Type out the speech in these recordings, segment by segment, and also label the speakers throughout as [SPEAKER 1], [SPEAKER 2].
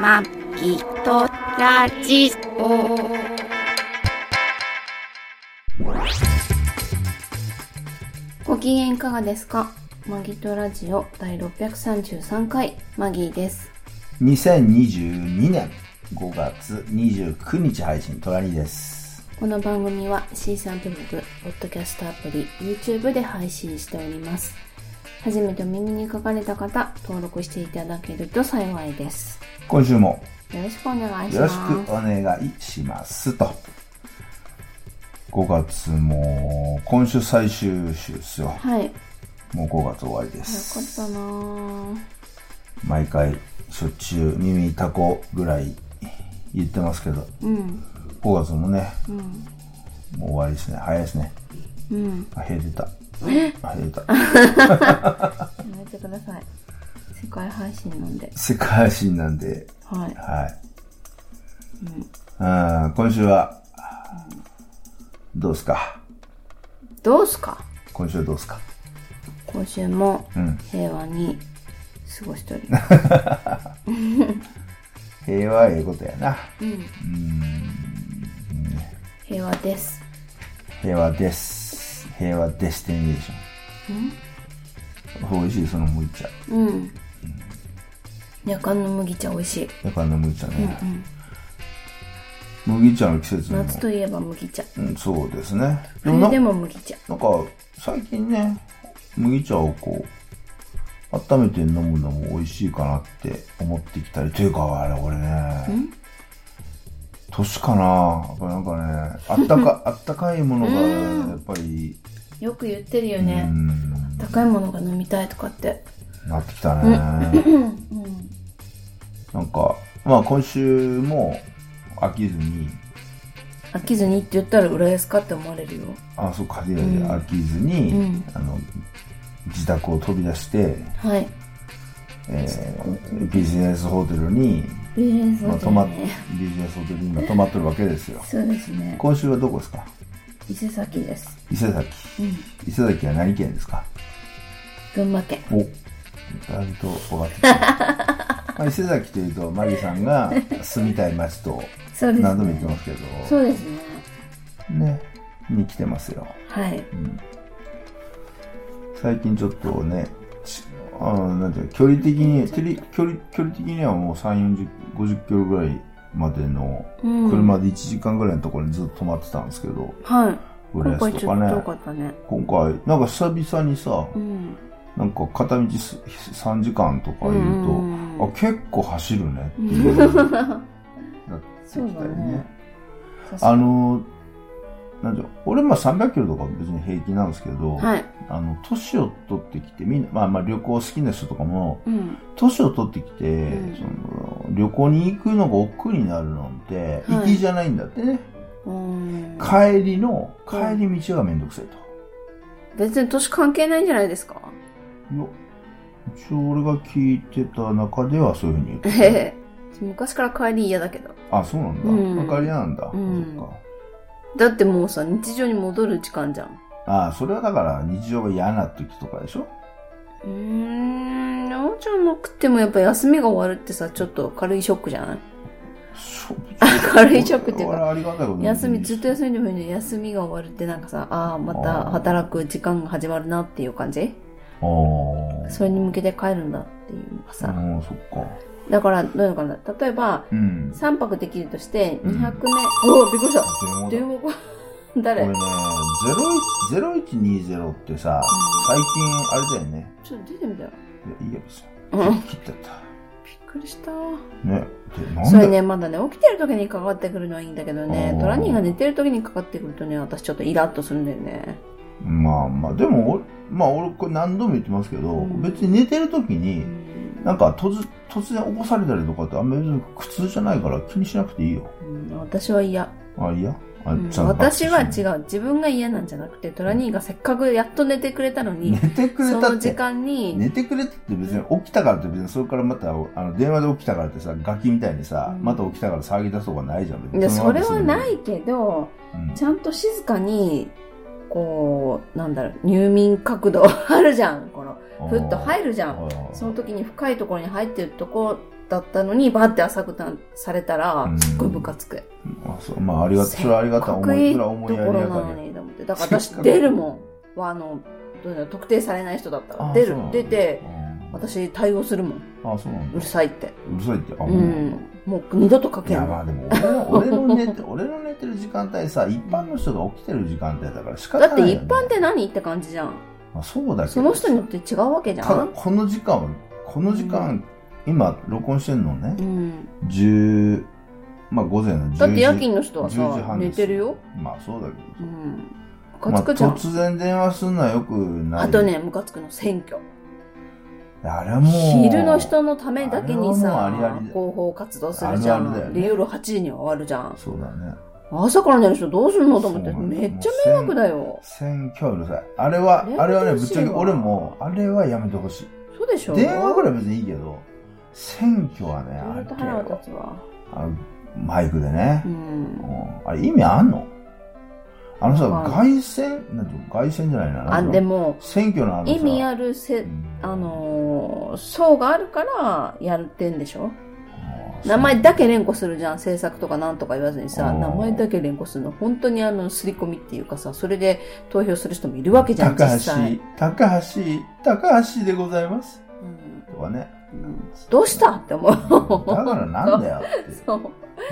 [SPEAKER 1] まきとラジオ。ご機嫌いかがですかマギトラジオ第633回、マギーです。
[SPEAKER 2] 2022年5月29日配信、トラニです。
[SPEAKER 1] この番組は C さんとブログ、ポッドキャストアプリ、YouTube で配信しております。初めてお耳に書かれた方、登録していただけると幸いです。
[SPEAKER 2] 今週も
[SPEAKER 1] よろしくお願いし
[SPEAKER 2] よろ
[SPEAKER 1] ま
[SPEAKER 2] し
[SPEAKER 1] す。
[SPEAKER 2] くお願いしますと。5月も、今週最終週ですよ。
[SPEAKER 1] はい。よか
[SPEAKER 2] もう5月終わりで
[SPEAKER 1] った
[SPEAKER 2] す。
[SPEAKER 1] なぁ。
[SPEAKER 2] 毎回、しょっちゅう耳たこぐらい言ってますけど、
[SPEAKER 1] うん。
[SPEAKER 2] 5月もね、
[SPEAKER 1] うん。
[SPEAKER 2] もう終わりですね。早いですね。
[SPEAKER 1] うん。
[SPEAKER 2] あ、減ってた。あ、減ってた。
[SPEAKER 1] やめてください。世界配信なんで。
[SPEAKER 2] 世界新なんで、
[SPEAKER 1] はい。
[SPEAKER 2] はい。うん、今週は、どうっすか
[SPEAKER 1] どうすか
[SPEAKER 2] 今週はどうっすか
[SPEAKER 1] 今週も
[SPEAKER 2] うん。
[SPEAKER 1] 平和に過ごしており
[SPEAKER 2] 平和はええことやな。
[SPEAKER 1] うん。平和です。
[SPEAKER 2] 平和です。平和デスティネーション。美味しい、その麦茶。
[SPEAKER 1] うん。夜間の麦茶美味しい。
[SPEAKER 2] やっぱあの麦茶ね。麦茶の季節にも。
[SPEAKER 1] 夏といえば麦茶。
[SPEAKER 2] うん、そうですね。でもな
[SPEAKER 1] 冬でも麦茶。
[SPEAKER 2] なんか、最近ね、麦茶をこう、温めて飲むのも美味しいかなって思ってきたり、というか、あれ、俺ね、年かな、やっぱなんかね、あっ たか、あったかいものが、やっぱり、
[SPEAKER 1] よく言ってるよ
[SPEAKER 2] う
[SPEAKER 1] ね。
[SPEAKER 2] ん、
[SPEAKER 1] 高いものが飲みたいとかって。
[SPEAKER 2] なってきたね。 なんか、まあ今週も飽きずに、
[SPEAKER 1] 飽きずにって言ったら浦安かって思われるよ。
[SPEAKER 2] あ、そう、限らで飽きずに、
[SPEAKER 1] うん
[SPEAKER 2] あの、自宅を飛び出して、
[SPEAKER 1] はい。
[SPEAKER 2] えービジネスホテルに
[SPEAKER 1] ビジネス
[SPEAKER 2] まあ、
[SPEAKER 1] ホテ
[SPEAKER 2] 泊
[SPEAKER 1] ル
[SPEAKER 2] まっ
[SPEAKER 1] ね。
[SPEAKER 2] ビジネスホテルに今泊まってるわけですよ。
[SPEAKER 1] そうですね。
[SPEAKER 2] 今週はどこですか
[SPEAKER 1] 伊勢崎です。
[SPEAKER 2] 伊勢崎。
[SPEAKER 1] うん。
[SPEAKER 2] 伊勢崎は何県ですか
[SPEAKER 1] 群馬県。
[SPEAKER 2] おだいぶと分かってき た。まあ、伊勢崎というと、マリさんが住みたい街と
[SPEAKER 1] そうですね。
[SPEAKER 2] 何度も言ってますけ
[SPEAKER 1] そ
[SPEAKER 2] ど、
[SPEAKER 1] うですね。
[SPEAKER 2] ね、に来てますよ。
[SPEAKER 1] はい。
[SPEAKER 2] 最近ちょっとね、ちあのなんていうか距離的に、距離、距離、距離的にはもう3、40、50キロぐらいまでの、
[SPEAKER 1] うん
[SPEAKER 2] 車で1時間ぐらいのところにずっと泊まってたんですけど、
[SPEAKER 1] はい。今
[SPEAKER 2] 浦安とか
[SPEAKER 1] 回
[SPEAKER 2] ね。
[SPEAKER 1] ちょっと遠かったね。
[SPEAKER 2] 今回なんか久々にさ、
[SPEAKER 1] うん。
[SPEAKER 2] なんか片道す3時間とかいると、
[SPEAKER 1] うん
[SPEAKER 2] あ結構走るねっていうなって きた
[SPEAKER 1] そう
[SPEAKER 2] り
[SPEAKER 1] だ
[SPEAKER 2] ね
[SPEAKER 1] ね。
[SPEAKER 2] あのなんていうの俺まあ300キロとか別に平気なんですけど、
[SPEAKER 1] はい。
[SPEAKER 2] あの年を取ってきてみんな、まあ、まあ旅行好きな人とかも
[SPEAKER 1] うん。
[SPEAKER 2] 年を取ってきて、
[SPEAKER 1] うん
[SPEAKER 2] その旅行に行くのが億劫になるのって
[SPEAKER 1] はい
[SPEAKER 2] 行きじゃないんだってね、
[SPEAKER 1] うん。
[SPEAKER 2] 帰りの帰り道がめんどくさいと。
[SPEAKER 1] 別に年関係ないんじゃないですか
[SPEAKER 2] いや、一応俺が聞いてた中ではそういうふうに言ってた。
[SPEAKER 1] ええ。 昔から帰り嫌だけど。
[SPEAKER 2] あ、そうなんだ。
[SPEAKER 1] うん
[SPEAKER 2] 明かりなんだ。
[SPEAKER 1] うん
[SPEAKER 2] そっか。
[SPEAKER 1] だってもうさ、日常に戻る時間じゃん。
[SPEAKER 2] あそれはだから日常が嫌な時とか でしょ
[SPEAKER 1] うーん。そうじゃなくてもやっぱ休みが終わるってさ、ちょっと軽いショックじゃない
[SPEAKER 2] そう
[SPEAKER 1] 軽いショックっていうか
[SPEAKER 2] 俺はありがたいことに
[SPEAKER 1] 休み、ずっと休みでもいいのに休みが終わるってなんかさ、ああ、また働く時間が始まるなっていう感じ
[SPEAKER 2] あー
[SPEAKER 1] それに向けて帰るんだっていうのがさ。
[SPEAKER 2] うん、そっか。
[SPEAKER 1] だから、どういうのかな。例えば、
[SPEAKER 2] うん。
[SPEAKER 1] 3泊できるとして、
[SPEAKER 2] うん
[SPEAKER 1] 2泊目、おお、びっくりした。
[SPEAKER 2] あ電
[SPEAKER 1] 電
[SPEAKER 2] 話だ。
[SPEAKER 1] 話が、
[SPEAKER 2] こ れ
[SPEAKER 1] 誰
[SPEAKER 2] ね、01 0120ってさ、最近あれだよね。
[SPEAKER 1] ちょっと出てみたら。
[SPEAKER 2] いや、いいや別
[SPEAKER 1] うん
[SPEAKER 2] に。切ってた。
[SPEAKER 1] びっくりした。
[SPEAKER 2] ね。で、なん
[SPEAKER 1] それ
[SPEAKER 2] で
[SPEAKER 1] ね、まだね、起きてる時にかかってくるのはいいんだけどね
[SPEAKER 2] あ、ー
[SPEAKER 1] トラニーが寝てる時にかかってくるとね、私ちょっとイラッとするんだよね。
[SPEAKER 2] まあまあ、でも、おまあ俺これ何度も言ってますけど、
[SPEAKER 1] うん
[SPEAKER 2] 別に寝てる時に、
[SPEAKER 1] うん
[SPEAKER 2] なんか突突然起こされたりとかってあんまり苦痛じゃないから気にしなくていいよ。
[SPEAKER 1] うん私は嫌。
[SPEAKER 2] あ、いやあ、
[SPEAKER 1] うん
[SPEAKER 2] ちゃんと
[SPEAKER 1] 私は
[SPEAKER 2] 拍手
[SPEAKER 1] 違う。自分が嫌なんじゃなくて、トラニーがせっかくやっと寝てくれたのに、
[SPEAKER 2] 寝てくれ
[SPEAKER 1] そ
[SPEAKER 2] た
[SPEAKER 1] の
[SPEAKER 2] っ
[SPEAKER 1] 時
[SPEAKER 2] て。
[SPEAKER 1] 間に、
[SPEAKER 2] 寝てくれたって別に起きたからって別にそれからまたあの電話で起きたからってさガキみたいにさ、
[SPEAKER 1] うん
[SPEAKER 2] また起きたから騒ぎ出すとかないじゃん別
[SPEAKER 1] い
[SPEAKER 2] に
[SPEAKER 1] や、それはな
[SPEAKER 2] そ
[SPEAKER 1] いけど、
[SPEAKER 2] のままです
[SPEAKER 1] ちゃんと静かに、こう、なんだろう、入眠角度 あるじゃん。この、
[SPEAKER 2] うん
[SPEAKER 1] ふっと入るじゃん。
[SPEAKER 2] うん
[SPEAKER 1] その時に深いところに入ってるとこだったのに、バーって浅くなされたら
[SPEAKER 2] う、ん
[SPEAKER 1] すっごいムカつく。
[SPEAKER 2] あそうまあありがたそれはありがたい思いそれは思い
[SPEAKER 1] と
[SPEAKER 2] や
[SPEAKER 1] こ
[SPEAKER 2] り
[SPEAKER 1] ろ
[SPEAKER 2] や
[SPEAKER 1] な
[SPEAKER 2] が
[SPEAKER 1] の
[SPEAKER 2] り
[SPEAKER 1] に、と思って。だから私
[SPEAKER 2] せっかく
[SPEAKER 1] 出る もん。は、あの、どうだろう特定されない人だった
[SPEAKER 2] あ
[SPEAKER 1] ら。出
[SPEAKER 2] そう
[SPEAKER 1] る
[SPEAKER 2] な、んだ
[SPEAKER 1] 出て、
[SPEAKER 2] うん
[SPEAKER 1] 私対応するもん。
[SPEAKER 2] あそうなん
[SPEAKER 1] う
[SPEAKER 2] だ
[SPEAKER 1] るさいって。
[SPEAKER 2] うるさいってあ
[SPEAKER 1] う
[SPEAKER 2] ほんと
[SPEAKER 1] ん。もう二度とか
[SPEAKER 2] い
[SPEAKER 1] けん
[SPEAKER 2] や
[SPEAKER 1] の。
[SPEAKER 2] まあでも俺の 俺の寝て俺の寝てる時間帯さ一般の人が起きてる時間帯だから仕方
[SPEAKER 1] だっ
[SPEAKER 2] ない
[SPEAKER 1] て
[SPEAKER 2] よ、
[SPEAKER 1] 一
[SPEAKER 2] ね、
[SPEAKER 1] 般って何って感じじゃん。
[SPEAKER 2] まあ、そうだけど
[SPEAKER 1] その人によって違うわけじゃ
[SPEAKER 2] ただ
[SPEAKER 1] ん。
[SPEAKER 2] この時間はこの時間、
[SPEAKER 1] う
[SPEAKER 2] 今録音してんのね
[SPEAKER 1] うん。
[SPEAKER 2] 10まあ午前の10時
[SPEAKER 1] だって夜勤の人は
[SPEAKER 2] 10時
[SPEAKER 1] さ、
[SPEAKER 2] 半で
[SPEAKER 1] 寝
[SPEAKER 2] す
[SPEAKER 1] てるよ。
[SPEAKER 2] まあそうだけどさ
[SPEAKER 1] うん。ムカ
[SPEAKER 2] まあ、
[SPEAKER 1] つくじゃん。
[SPEAKER 2] 突然電話すんのはよくない
[SPEAKER 1] あとね、ムカつくの選挙。
[SPEAKER 2] あれはもう
[SPEAKER 1] 昼の人のためだけに
[SPEAKER 2] あ
[SPEAKER 1] さ
[SPEAKER 2] れはもうありあり、
[SPEAKER 1] 広
[SPEAKER 2] だ
[SPEAKER 1] 報活動するじゃ
[SPEAKER 2] あるあるだよ
[SPEAKER 1] ん。
[SPEAKER 2] ね
[SPEAKER 1] で、夜8時には終わるじゃん。
[SPEAKER 2] そうだね
[SPEAKER 1] 朝から寝る人どうするのと思って、
[SPEAKER 2] そうなんだ
[SPEAKER 1] めっちゃ迷惑だよ。
[SPEAKER 2] 選挙はうるさいあれはあれはねぶっちゃけ
[SPEAKER 1] やめてほしいわ
[SPEAKER 2] 俺もあれはやめてほしい
[SPEAKER 1] そうでしょ
[SPEAKER 2] 電話ぐら
[SPEAKER 1] い。
[SPEAKER 2] い別にいいけど選挙はねあ
[SPEAKER 1] 本
[SPEAKER 2] れ
[SPEAKER 1] 当腹が立つわ。
[SPEAKER 2] あのマイクでね
[SPEAKER 1] う、ん。
[SPEAKER 2] うんあれ意味あんのあのさ
[SPEAKER 1] わかんな
[SPEAKER 2] 凱旋なんていうの凱旋じゃないな
[SPEAKER 1] あ、
[SPEAKER 2] なんて
[SPEAKER 1] で
[SPEAKER 2] いうの
[SPEAKER 1] も、
[SPEAKER 2] 選挙のあのさ
[SPEAKER 1] 意味あるせ、あのー、層があるからやってんでしょ名前だけ連呼するじゃん制作とかなんとか言わずにさ
[SPEAKER 2] うん
[SPEAKER 1] 名前だけ連呼するの本当にあの刷り込みっていうかさそれで投票する人もいるわけじゃん実
[SPEAKER 2] 高橋
[SPEAKER 1] 際、
[SPEAKER 2] 高橋、高橋でございます。
[SPEAKER 1] うん
[SPEAKER 2] と かね。
[SPEAKER 1] うんどうしたって思
[SPEAKER 2] だ
[SPEAKER 1] う
[SPEAKER 2] からなんだよって。
[SPEAKER 1] そう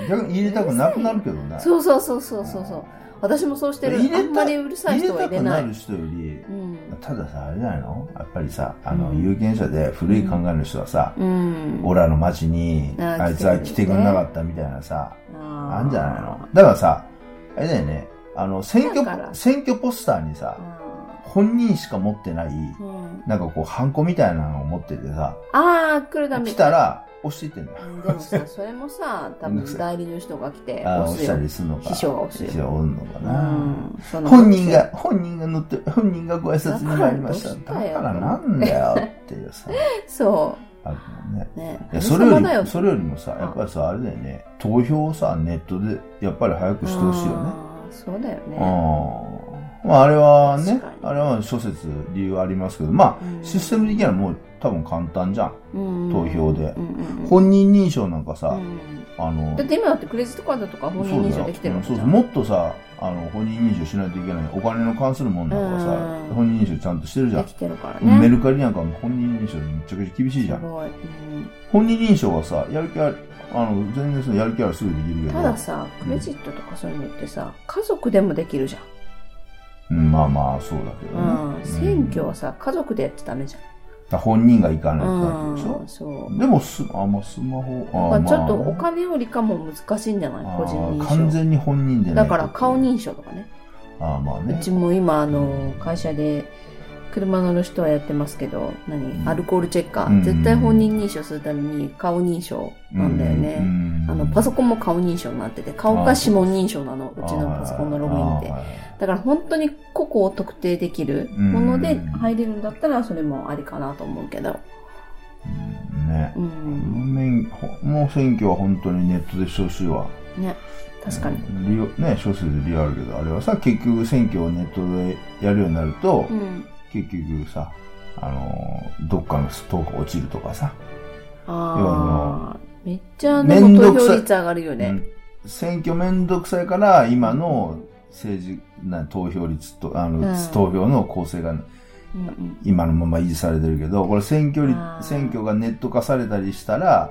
[SPEAKER 2] 逆に入れたくなくなるけどね。
[SPEAKER 1] そうそうそうそうそうそう私もそうしてる
[SPEAKER 2] 入れた
[SPEAKER 1] あんまりうるさい
[SPEAKER 2] 入れ
[SPEAKER 1] 人は
[SPEAKER 2] た
[SPEAKER 1] 入れ
[SPEAKER 2] く
[SPEAKER 1] な
[SPEAKER 2] ないる人より、
[SPEAKER 1] うん
[SPEAKER 2] たださ、あれじゃないのやっぱりさ、あ
[SPEAKER 1] う
[SPEAKER 2] の、
[SPEAKER 1] ん
[SPEAKER 2] 有権者で古い考えの人はさ、
[SPEAKER 1] うん
[SPEAKER 2] 俺らの町に、
[SPEAKER 1] あー
[SPEAKER 2] あいつは来
[SPEAKER 1] 来
[SPEAKER 2] て
[SPEAKER 1] てく
[SPEAKER 2] くれ
[SPEAKER 1] れ
[SPEAKER 2] な
[SPEAKER 1] な
[SPEAKER 2] か
[SPEAKER 1] か
[SPEAKER 2] ったみたいなさ、
[SPEAKER 1] あ
[SPEAKER 2] あ
[SPEAKER 1] ー
[SPEAKER 2] んじゃないのだからさ、あれだよね、あの、選
[SPEAKER 1] だか
[SPEAKER 2] 挙、
[SPEAKER 1] ら
[SPEAKER 2] 選挙ポスターにさ、本人しか持ってない、
[SPEAKER 1] うんうん
[SPEAKER 2] なんかこう、ハンコみたいなのを持っててさ、
[SPEAKER 1] ああ来るため
[SPEAKER 2] 来たら、押していってんだよ。
[SPEAKER 1] うんでもさそれも さ多
[SPEAKER 2] めんどく
[SPEAKER 1] 分
[SPEAKER 2] さい
[SPEAKER 1] 代理の人が来て
[SPEAKER 2] あ
[SPEAKER 1] 押
[SPEAKER 2] あ、押
[SPEAKER 1] す
[SPEAKER 2] した
[SPEAKER 1] よ
[SPEAKER 2] りするのか。
[SPEAKER 1] 秘書が押すよ
[SPEAKER 2] 秘書がおんのか
[SPEAKER 1] う
[SPEAKER 2] な。
[SPEAKER 1] んその
[SPEAKER 2] 本人が、本人が乗って、本人がご挨拶に参りました。
[SPEAKER 1] だ
[SPEAKER 2] だ
[SPEAKER 1] か
[SPEAKER 2] から
[SPEAKER 1] どうしたよ
[SPEAKER 2] らなんだよっていうさ、
[SPEAKER 1] そ
[SPEAKER 2] あるのね。
[SPEAKER 1] うね
[SPEAKER 2] いや、それよ
[SPEAKER 1] 神様だ
[SPEAKER 2] り、それよりもさ、やっぱりさ、あれだよね、投票をさ、ネットで、やっぱり早くしてほしいよね。
[SPEAKER 1] あーそうだよ
[SPEAKER 2] う
[SPEAKER 1] ね。
[SPEAKER 2] ん。まあ、あれは
[SPEAKER 1] 確
[SPEAKER 2] ね
[SPEAKER 1] かに、
[SPEAKER 2] あれは諸説理由ありますけど、ま
[SPEAKER 1] う
[SPEAKER 2] あ、
[SPEAKER 1] ん
[SPEAKER 2] システム的にはもう多分簡単じゃん。投
[SPEAKER 1] 投
[SPEAKER 2] 票で
[SPEAKER 1] うんうん
[SPEAKER 2] 本人認証なんか
[SPEAKER 1] う
[SPEAKER 2] さ、
[SPEAKER 1] ん
[SPEAKER 2] あの
[SPEAKER 1] だ、って今だってクレジットカードとか本
[SPEAKER 2] そ
[SPEAKER 1] 人
[SPEAKER 2] う
[SPEAKER 1] 認
[SPEAKER 2] だ
[SPEAKER 1] 証
[SPEAKER 2] よ
[SPEAKER 1] できてる
[SPEAKER 2] う
[SPEAKER 1] わ
[SPEAKER 2] ん
[SPEAKER 1] け
[SPEAKER 2] そう
[SPEAKER 1] じゃ
[SPEAKER 2] そうんもっとさあの本人認証しないといけないお金の関するもんなんかさ
[SPEAKER 1] うん
[SPEAKER 2] 本人認証ちゃんとしてるじゃ
[SPEAKER 1] で
[SPEAKER 2] ん、
[SPEAKER 1] きてるからね。
[SPEAKER 2] メルカリなんかも本人認証めちゃくちゃ厳しいじゃ
[SPEAKER 1] す
[SPEAKER 2] ん
[SPEAKER 1] ごいうん
[SPEAKER 2] 本人認証はさやる気あるあの全然そのやる気あるすぐできるけど
[SPEAKER 1] たださ、クレジットとかそういうのってさ、家族でもできるじ
[SPEAKER 2] うん、まあまあそうだけ
[SPEAKER 1] ゃ
[SPEAKER 2] ど
[SPEAKER 1] ん。
[SPEAKER 2] ね、
[SPEAKER 1] うん選挙は
[SPEAKER 2] だか
[SPEAKER 1] さ、家族でやっちゃダメじ
[SPEAKER 2] ら本人が行か
[SPEAKER 1] ゃ
[SPEAKER 2] ないとなる
[SPEAKER 1] ん。
[SPEAKER 2] でし
[SPEAKER 1] う
[SPEAKER 2] ょ
[SPEAKER 1] ん、そう。
[SPEAKER 2] でもスあ、まあ、スマホあ
[SPEAKER 1] まあちょっとお
[SPEAKER 2] まあ
[SPEAKER 1] 金よりかも難しいんじゃない個人
[SPEAKER 2] あ完
[SPEAKER 1] 認証。
[SPEAKER 2] 全に本人で
[SPEAKER 1] だから顔認証とかね。
[SPEAKER 2] ああまあ
[SPEAKER 1] う
[SPEAKER 2] ね
[SPEAKER 1] ちも今、あの、会社で、車乗る人はやってますけど、
[SPEAKER 2] う
[SPEAKER 1] 何
[SPEAKER 2] ん
[SPEAKER 1] アルコールチェッカ
[SPEAKER 2] うん
[SPEAKER 1] ー。絶対本人認証するために顔認証なんだよ
[SPEAKER 2] う
[SPEAKER 1] ね。
[SPEAKER 2] ん
[SPEAKER 1] あの、パソコンも顔認証になってて、顔か指紋認証なの、うちのパソコンのログインっ
[SPEAKER 2] あー
[SPEAKER 1] て。
[SPEAKER 2] はいはい
[SPEAKER 1] だから本当に個々を特定できるもので
[SPEAKER 2] うん
[SPEAKER 1] 入れるんだったら、それもありかなと思うけど。
[SPEAKER 2] うんね
[SPEAKER 1] うん。
[SPEAKER 2] 免ほもう選挙は本当にネットでしてほしいわ
[SPEAKER 1] ね。確かに。
[SPEAKER 2] うん理由ね小説で理由あるけどあれはさ結局選挙をネットでやるようになると、
[SPEAKER 1] うん。
[SPEAKER 2] 結局さあのーどっかの党が落ちるとかさ、要
[SPEAKER 1] あ
[SPEAKER 2] は
[SPEAKER 1] あ。めっちゃ、で
[SPEAKER 2] めん
[SPEAKER 1] も
[SPEAKER 2] ど
[SPEAKER 1] 投
[SPEAKER 2] くさい
[SPEAKER 1] 票率上がるよ
[SPEAKER 2] う
[SPEAKER 1] ね。
[SPEAKER 2] ん選挙めんどくさいから今の政治な投票率とあの、
[SPEAKER 1] うん
[SPEAKER 2] 投票の構成が
[SPEAKER 1] うんうん
[SPEAKER 2] 今のまま維持されてるけどこれ選挙率
[SPEAKER 1] あー
[SPEAKER 2] 選挙がネット化されたりしたら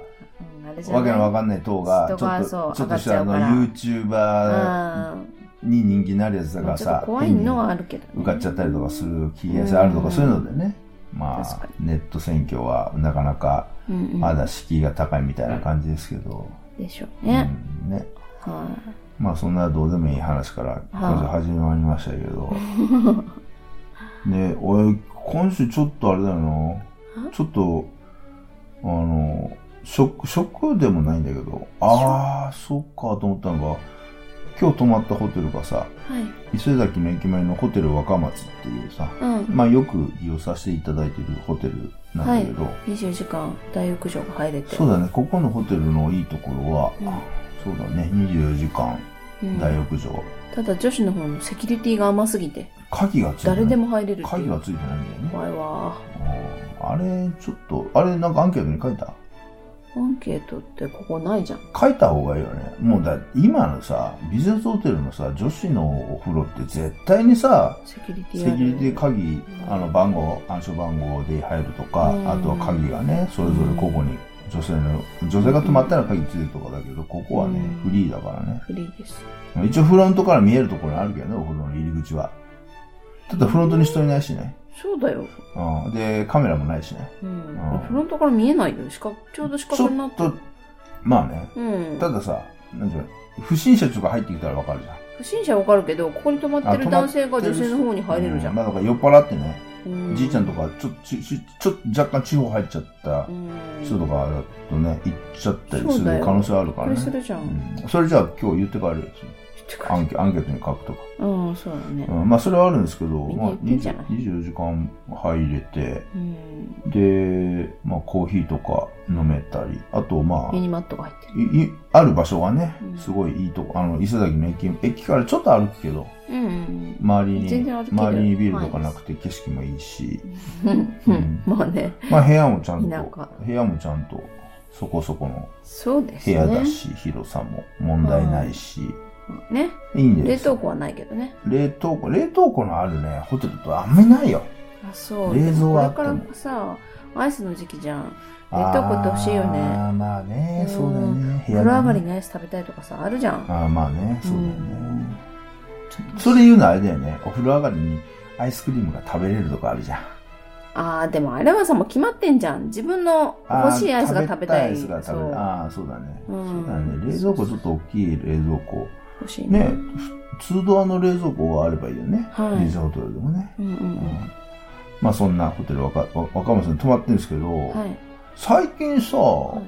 [SPEAKER 1] うんあれじゃない
[SPEAKER 2] わけのわかんない党がちょ
[SPEAKER 1] 人が
[SPEAKER 2] っと
[SPEAKER 1] そう
[SPEAKER 2] ちょっとしたあ
[SPEAKER 1] 上
[SPEAKER 2] の
[SPEAKER 1] がっちゃうから
[SPEAKER 2] YouTuber
[SPEAKER 1] うん
[SPEAKER 2] に人気になるやつだか
[SPEAKER 1] まあ
[SPEAKER 2] ら
[SPEAKER 1] ちょっ
[SPEAKER 2] さ
[SPEAKER 1] と、怖いのはあるけど、
[SPEAKER 2] 変に受かっちゃったりとかする危険性あると
[SPEAKER 1] う
[SPEAKER 2] か
[SPEAKER 1] ん
[SPEAKER 2] そういうのでね、ま
[SPEAKER 1] 確か
[SPEAKER 2] あ、ネット選挙はなかなか
[SPEAKER 1] うんうん
[SPEAKER 2] まだ敷居が高いみたいな感じですけど、
[SPEAKER 1] でしょうね、
[SPEAKER 2] うんね
[SPEAKER 1] は
[SPEAKER 2] まあそんなどうでもいい話から今週始まりましたけ ど、ね、俺、今週ちょっとあれだよな、ちょっと、あの、ショック、ショックでもないんだけど、ああ、そっかと思ったのが、今日泊まったホテルがさ、
[SPEAKER 1] いはい
[SPEAKER 2] 伊勢崎の駅前のホテル若松っていうさ、
[SPEAKER 1] うん
[SPEAKER 2] まあよく利用させていただいてるホテルなんだけど、
[SPEAKER 1] 24時間大浴場が入れて
[SPEAKER 2] そうだね、ここのホテルのいいところは、
[SPEAKER 1] うん
[SPEAKER 2] そうだね、24時間
[SPEAKER 1] うん
[SPEAKER 2] 大浴場、
[SPEAKER 1] ただ女子の方のセキュリティが甘すぎて
[SPEAKER 2] 鍵がついてない。
[SPEAKER 1] 誰でも入れるってい
[SPEAKER 2] 鍵
[SPEAKER 1] う
[SPEAKER 2] がついてないんだよね。
[SPEAKER 1] 怖いわ
[SPEAKER 2] あーあれ、ちょっと、あれなんかアンケートに書いた
[SPEAKER 1] アンケートってここないじゃん。
[SPEAKER 2] 書いた方がいいよね。もうだ、今のさ、ビジネスホテルのさ、女子のお風呂って絶対にさ、
[SPEAKER 1] セキュリティ
[SPEAKER 2] セキ
[SPEAKER 1] ある
[SPEAKER 2] ュリティ鍵、
[SPEAKER 1] ん
[SPEAKER 2] あの番号、暗証番号で入るとか、
[SPEAKER 1] うん
[SPEAKER 2] あとは鍵がね、それぞれ個々に、女性の、女性が泊まったら鍵ついてるとかだけど、ここはね、
[SPEAKER 1] うん
[SPEAKER 2] フリーだからね。
[SPEAKER 1] フリーです。
[SPEAKER 2] 一応フロントから見えるところにあるけどね、お風呂の入り口は。ただフロントに人いないしね。
[SPEAKER 1] そうだよ。
[SPEAKER 2] うん。で、カメラもないしね。
[SPEAKER 1] うん
[SPEAKER 2] うん。
[SPEAKER 1] フロントから見えないよ。四角、ちょうど四
[SPEAKER 2] ちょ
[SPEAKER 1] 角にな
[SPEAKER 2] っ
[SPEAKER 1] って
[SPEAKER 2] と。、まあね。
[SPEAKER 1] うん。
[SPEAKER 2] たださ、なんていうの不審者とか入ってきたらわかるじゃん。
[SPEAKER 1] 不審者わかるけど、ここに泊まってる男性が女性の方に入れるじゃ。
[SPEAKER 2] うんまあだから酔っ払ってね、
[SPEAKER 1] う
[SPEAKER 2] じいちゃんとか、ちょっと、ちちちょっと若干地方入っちゃった
[SPEAKER 1] うん
[SPEAKER 2] 人とかだとね、行っちゃったりす
[SPEAKER 1] そうだ
[SPEAKER 2] る
[SPEAKER 1] よ
[SPEAKER 2] 可能性あるか
[SPEAKER 1] こ
[SPEAKER 2] ら
[SPEAKER 1] れす
[SPEAKER 2] ね。
[SPEAKER 1] るじゃん。
[SPEAKER 2] うんそれじゃあ今日言って帰るやつ。
[SPEAKER 1] ちょっと
[SPEAKER 2] ア
[SPEAKER 1] か
[SPEAKER 2] ンケアンケートに書くとか。
[SPEAKER 1] うん、そうだね
[SPEAKER 2] う。んまあそれはあるんですけど、
[SPEAKER 1] みんな
[SPEAKER 2] ま
[SPEAKER 1] 言
[SPEAKER 2] あ
[SPEAKER 1] ってんじゃない
[SPEAKER 2] 24時間入れて、
[SPEAKER 1] うん。
[SPEAKER 2] で、まあコーヒーとか飲めたり、あとまあ
[SPEAKER 1] ミ、ニマットが入ってる。
[SPEAKER 2] いいある場所がね
[SPEAKER 1] うん、
[SPEAKER 2] すごいいいとこ、あの、伊勢崎の駅、駅からちょっと歩くけど、
[SPEAKER 1] うんうん
[SPEAKER 2] 周りに、
[SPEAKER 1] 全然歩ける
[SPEAKER 2] 周りにビルとかなくて景色もいいし、
[SPEAKER 1] うん。うん。まあね。
[SPEAKER 2] まあ部屋もちゃん
[SPEAKER 1] 田
[SPEAKER 2] と
[SPEAKER 1] 舎、
[SPEAKER 2] 部屋もちゃんと、そこそこの
[SPEAKER 1] そうです
[SPEAKER 2] 部
[SPEAKER 1] ね。
[SPEAKER 2] 屋だし、広さも問題ないし、
[SPEAKER 1] ね。
[SPEAKER 2] いいんで
[SPEAKER 1] 冷
[SPEAKER 2] すよ
[SPEAKER 1] 凍庫はないけどね。
[SPEAKER 2] 冷凍庫、冷凍庫のあるね、ホテルとあんまりないよ。
[SPEAKER 1] あ、そう。
[SPEAKER 2] 冷蔵はあっ
[SPEAKER 1] こ
[SPEAKER 2] て
[SPEAKER 1] れ
[SPEAKER 2] も
[SPEAKER 1] からさ、アイスの時期じゃん。冷凍庫って欲しいよね
[SPEAKER 2] あーまあね、そうだよね。部
[SPEAKER 1] 風呂上がり
[SPEAKER 2] ね。
[SPEAKER 1] にアイス食べたいとかさ、あるじゃん。
[SPEAKER 2] あーまあね、そうだよね。
[SPEAKER 1] うん
[SPEAKER 2] それ言うのはあれだよね。お風呂上がりにアイスクリームが食べれるとこあるじゃん。
[SPEAKER 1] ああ、でもあれはさ、もう決まってんじゃん。自分の
[SPEAKER 2] あー
[SPEAKER 1] 欲しいアイスが食べたい。
[SPEAKER 2] 食べたアイスが食べ
[SPEAKER 1] そう
[SPEAKER 2] たい。ああ、そうだね。
[SPEAKER 1] うん
[SPEAKER 2] そうだね。冷蔵庫ちょっと大きい冷蔵庫。
[SPEAKER 1] 欲しいね。
[SPEAKER 2] ね、ふ通ドアの冷蔵庫があればいいよね。
[SPEAKER 1] はい
[SPEAKER 2] リゾートホテルでもね。
[SPEAKER 1] うんう
[SPEAKER 2] うん
[SPEAKER 1] ん
[SPEAKER 2] まあそんなホテル若若若松さん泊まってるんですけど、
[SPEAKER 1] うん。はい。
[SPEAKER 2] 最近
[SPEAKER 1] い
[SPEAKER 2] さ、も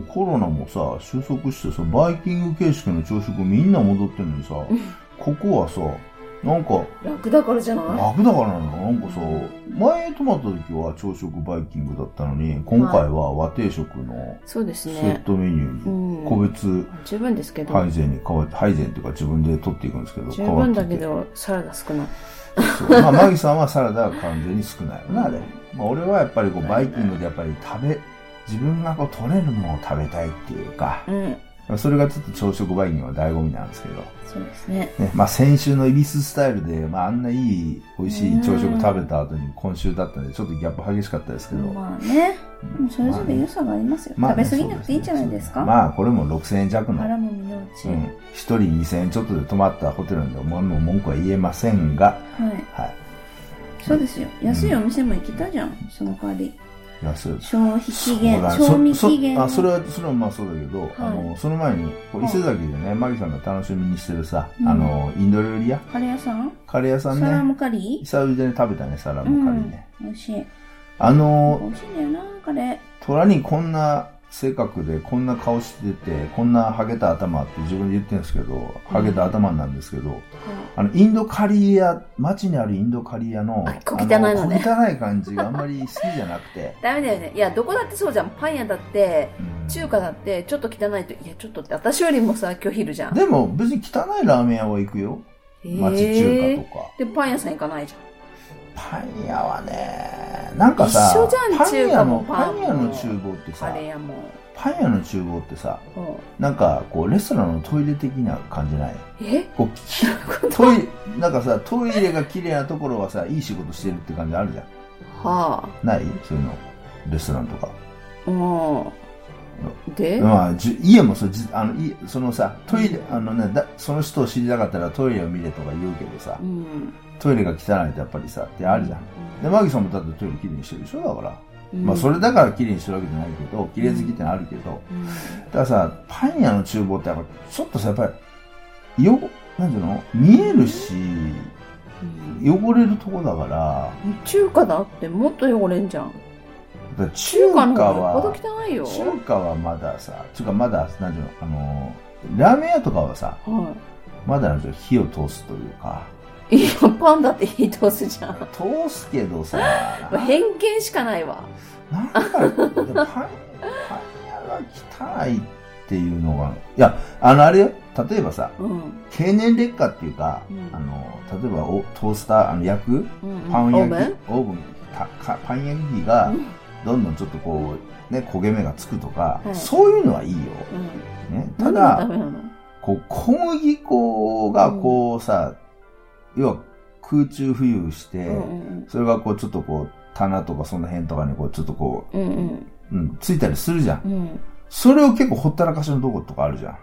[SPEAKER 2] うコロナもさ収束してさバイキング形式の朝食みんな戻ってるのにさ、ここはさなんか
[SPEAKER 1] 楽だからじゃない
[SPEAKER 2] 楽だからなのなんかさ前泊まった時は朝食バイキングだったのに今回は和定食の
[SPEAKER 1] そうです
[SPEAKER 2] セッ
[SPEAKER 1] ね。
[SPEAKER 2] トメニュー
[SPEAKER 1] うん。
[SPEAKER 2] に個別
[SPEAKER 1] 十分ですけど。
[SPEAKER 2] 配膳に変わって配膳っていうか自分で取っていくんですけど
[SPEAKER 1] 十
[SPEAKER 2] 変わっ
[SPEAKER 1] 分
[SPEAKER 2] てて
[SPEAKER 1] だけど、サラダ少ない。
[SPEAKER 2] そうまあ、マギさんはサラダが完全に少ないよね、あれ。まあ、俺はやっぱりこう、バイキングでやっぱり食べ、自分がこう、取れるものを食べたいっていうか、
[SPEAKER 1] うん。
[SPEAKER 2] それがちょっと朝食バイキングの醍醐味なんですけど、
[SPEAKER 1] そうですね。
[SPEAKER 2] ね、まあ、先週のイビススタイルで、まあ、あんないい、美味しい朝食食べた後に今週だったんで、ちょっとギャップ激しかったですけど、
[SPEAKER 1] まあね。でもそれぞれ良さがありますよ。
[SPEAKER 2] ま
[SPEAKER 1] 食
[SPEAKER 2] あね
[SPEAKER 1] べ過ぎなくていいんじゃないですか。
[SPEAKER 2] まあ、これも6000円弱の、
[SPEAKER 1] 腹も身の内。
[SPEAKER 2] うん、1人2000円ちょっとで泊まったホテルなんで、もうもう文句は言えませんが、
[SPEAKER 1] はい。
[SPEAKER 2] はい。
[SPEAKER 1] そうですよ。安いお店も行けたじゃん。その代わり。
[SPEAKER 2] 安いです
[SPEAKER 1] 消費期限、
[SPEAKER 2] そうだね
[SPEAKER 1] 賞味期
[SPEAKER 2] そ
[SPEAKER 1] 限
[SPEAKER 2] そあそれ
[SPEAKER 1] は、
[SPEAKER 2] はそれはまあそうだけど、あのその前にこ
[SPEAKER 1] は
[SPEAKER 2] う伊
[SPEAKER 1] い
[SPEAKER 2] 勢崎でね、マギさんが楽しみにしてるさ、
[SPEAKER 1] うん
[SPEAKER 2] あのインド料理屋
[SPEAKER 1] カレー屋さん
[SPEAKER 2] カレー屋さん
[SPEAKER 1] サラ
[SPEAKER 2] ね
[SPEAKER 1] ムカリ
[SPEAKER 2] 久々に食べたねサラ
[SPEAKER 1] ー
[SPEAKER 2] ムカリーね、
[SPEAKER 1] うん。美味しい。
[SPEAKER 2] あの
[SPEAKER 1] 美味しいんだよな、カレー。
[SPEAKER 2] 虎にこんな性格でこんな顔しててこんなハゲた頭って自分で言ってるんですけど、ハゲた頭なんですけどあのインドカリー屋街にあるインドカリー屋の
[SPEAKER 1] あ小汚いのね、
[SPEAKER 2] あの小汚い感じがあんまり好きじゃなくて
[SPEAKER 1] ダメだよね。いや、どこだってそうじゃん。パン屋だって、
[SPEAKER 2] うん
[SPEAKER 1] 中華だって、ちょっと汚いと、いや、ちょっとって、私よりもさ、拒否るじゃん。
[SPEAKER 2] でも別に汚いラーメン屋は行くよ町中華とか、
[SPEAKER 1] で、パン屋さん行かないじゃ
[SPEAKER 2] パン屋はねなんかさ
[SPEAKER 1] 一緒じゃん
[SPEAKER 2] パン
[SPEAKER 1] 中
[SPEAKER 2] 屋
[SPEAKER 1] 華
[SPEAKER 2] の
[SPEAKER 1] も
[SPEAKER 2] パ
[SPEAKER 1] パ
[SPEAKER 2] ン
[SPEAKER 1] ンも
[SPEAKER 2] 屋の厨房って
[SPEAKER 1] ん。
[SPEAKER 2] さ
[SPEAKER 1] カレー屋も。
[SPEAKER 2] パン屋の厨房ってさ
[SPEAKER 1] うん
[SPEAKER 2] なんかこうレストランのトイレ的な感じない
[SPEAKER 1] え
[SPEAKER 2] こうきトイ レなんかさトイレが綺麗なところはさいい仕事してるって感じあるじゃん
[SPEAKER 1] は
[SPEAKER 2] ないそういうのレストランとか、
[SPEAKER 1] あ。うん。で、
[SPEAKER 2] まあ、じゅ家もそうじあのいそのさトイレあの、ね、だその人を知りたかったらトイレを見れとか言うけどさ
[SPEAKER 1] うん。
[SPEAKER 2] トイレが汚いとやっぱりさってあるじゃんでマギさんもだってトイレ綺麗にしてるでしょだから
[SPEAKER 1] うん。
[SPEAKER 2] まあそれだから綺麗にしてるわけじゃないけど、綺麗好きってのはあるけど、
[SPEAKER 1] うん。
[SPEAKER 2] たださ、パン屋の厨房ってやっぱちょっとさ、やっぱり、よ、なんていうの見えるし、
[SPEAKER 1] うん
[SPEAKER 2] 汚れるとこだから、
[SPEAKER 1] 中華だってもっと汚れんじゃん。
[SPEAKER 2] だから中
[SPEAKER 1] 中華の
[SPEAKER 2] 華
[SPEAKER 1] 方がよっぽ
[SPEAKER 2] は、
[SPEAKER 1] ど汚いよ。
[SPEAKER 2] 中華はまださ、中華まだ、なんていうのあの、ラーメン屋とかはさ、
[SPEAKER 1] は
[SPEAKER 2] まだなんていうの火を通すというか、
[SPEAKER 1] い。いや、パンだって火通すじゃん。
[SPEAKER 2] 通すけどさ、
[SPEAKER 1] 偏見しかないわ。
[SPEAKER 2] なんか、でもパン、パン屋が汚いっていうのが、いや、あのあれよ、例えばさ、
[SPEAKER 1] うん。
[SPEAKER 2] 経年劣化っていうか、
[SPEAKER 1] うん
[SPEAKER 2] あの例えばおトースターあの焼く
[SPEAKER 1] うん、
[SPEAKER 2] パン
[SPEAKER 1] オ
[SPEAKER 2] 焼
[SPEAKER 1] ー
[SPEAKER 2] き、
[SPEAKER 1] ブン
[SPEAKER 2] オーブンたかパン焼き器が
[SPEAKER 1] うん
[SPEAKER 2] どんどんちょっとこう、ね、焦げ目がつくとか、
[SPEAKER 1] はい
[SPEAKER 2] そういうのはいいよ。
[SPEAKER 1] うん。
[SPEAKER 2] ね、
[SPEAKER 1] な
[SPEAKER 2] た
[SPEAKER 1] んでダ
[SPEAKER 2] だ、
[SPEAKER 1] メなの
[SPEAKER 2] こう小麦粉がこうさ、要は空中浮遊して、
[SPEAKER 1] うん
[SPEAKER 2] それがこうちょっとこう棚とかその辺とかにこうちょっとこ
[SPEAKER 1] うんうん。うん
[SPEAKER 2] う、うん、ついたりするじゃん。
[SPEAKER 1] うん。うん。
[SPEAKER 2] それを結構ほったらかしのとことかあるじゃん。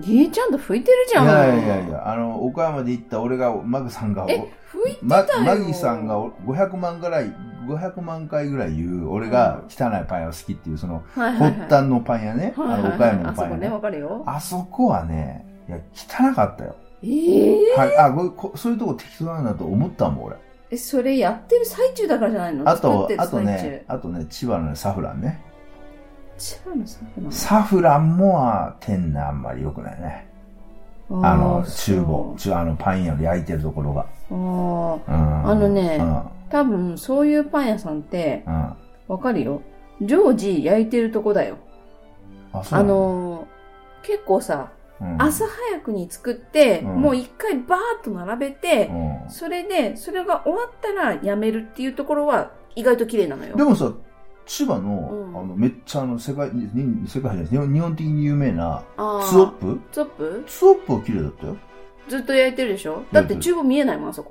[SPEAKER 1] ゆいちゃんと拭いてるじゃん。
[SPEAKER 2] いやいやい。や、あの、岡山で行った俺が、マグさんが、
[SPEAKER 1] え、拭いて
[SPEAKER 2] ま
[SPEAKER 1] たよ。
[SPEAKER 2] マギさんがお500万ぐらい、500万回ぐらい言う、俺が汚いパン屋を好きっていう、その、
[SPEAKER 1] はいはいはい、
[SPEAKER 2] 発端のパン屋ね、
[SPEAKER 1] はいはいは
[SPEAKER 2] あ
[SPEAKER 1] い
[SPEAKER 2] の、岡山の
[SPEAKER 1] あそ
[SPEAKER 2] パン
[SPEAKER 1] こ
[SPEAKER 2] 屋
[SPEAKER 1] ね、
[SPEAKER 2] ね。
[SPEAKER 1] わかるよ。
[SPEAKER 2] あそこはね、いや、汚かったよ。
[SPEAKER 1] ええ
[SPEAKER 2] はい、あ、ごこそういうとこ適当なんだと思ったもん、俺。
[SPEAKER 1] えそれやってる最中だからじゃないの
[SPEAKER 2] あと
[SPEAKER 1] 作って、る
[SPEAKER 2] あと
[SPEAKER 1] 最中
[SPEAKER 2] ね、あとね、千葉のね、サフランね。
[SPEAKER 1] 千葉の作な
[SPEAKER 2] サフランも、あ店内あんまり良くないね。
[SPEAKER 1] の
[SPEAKER 2] あの、厨房、ちゅあの、パン屋で焼いてるところが。
[SPEAKER 1] 房ああ
[SPEAKER 2] うん
[SPEAKER 1] あのね
[SPEAKER 2] うん、
[SPEAKER 1] 多分そういうパン屋さんって
[SPEAKER 2] うん。
[SPEAKER 1] わかるよ常時焼いてるとこだよ
[SPEAKER 2] あ、そう
[SPEAKER 1] あ
[SPEAKER 2] なの、
[SPEAKER 1] のー結構さ
[SPEAKER 2] うん
[SPEAKER 1] 朝早くに作って、
[SPEAKER 2] うん
[SPEAKER 1] もう一回バーッと並べて
[SPEAKER 2] う、ん
[SPEAKER 1] それでそれが終わったらやめるっていうところは意外と綺麗なのよ
[SPEAKER 2] でもさ、千葉の、
[SPEAKER 1] うん
[SPEAKER 2] あの、めっちゃあの、世界、にに世界じゃない日本、日本的に有名な、
[SPEAKER 1] あー
[SPEAKER 2] ツオップ
[SPEAKER 1] ツオップ
[SPEAKER 2] ツオップは綺麗だったよ。
[SPEAKER 1] ずっと焼いてるでしょだって厨房見えないもんあそこ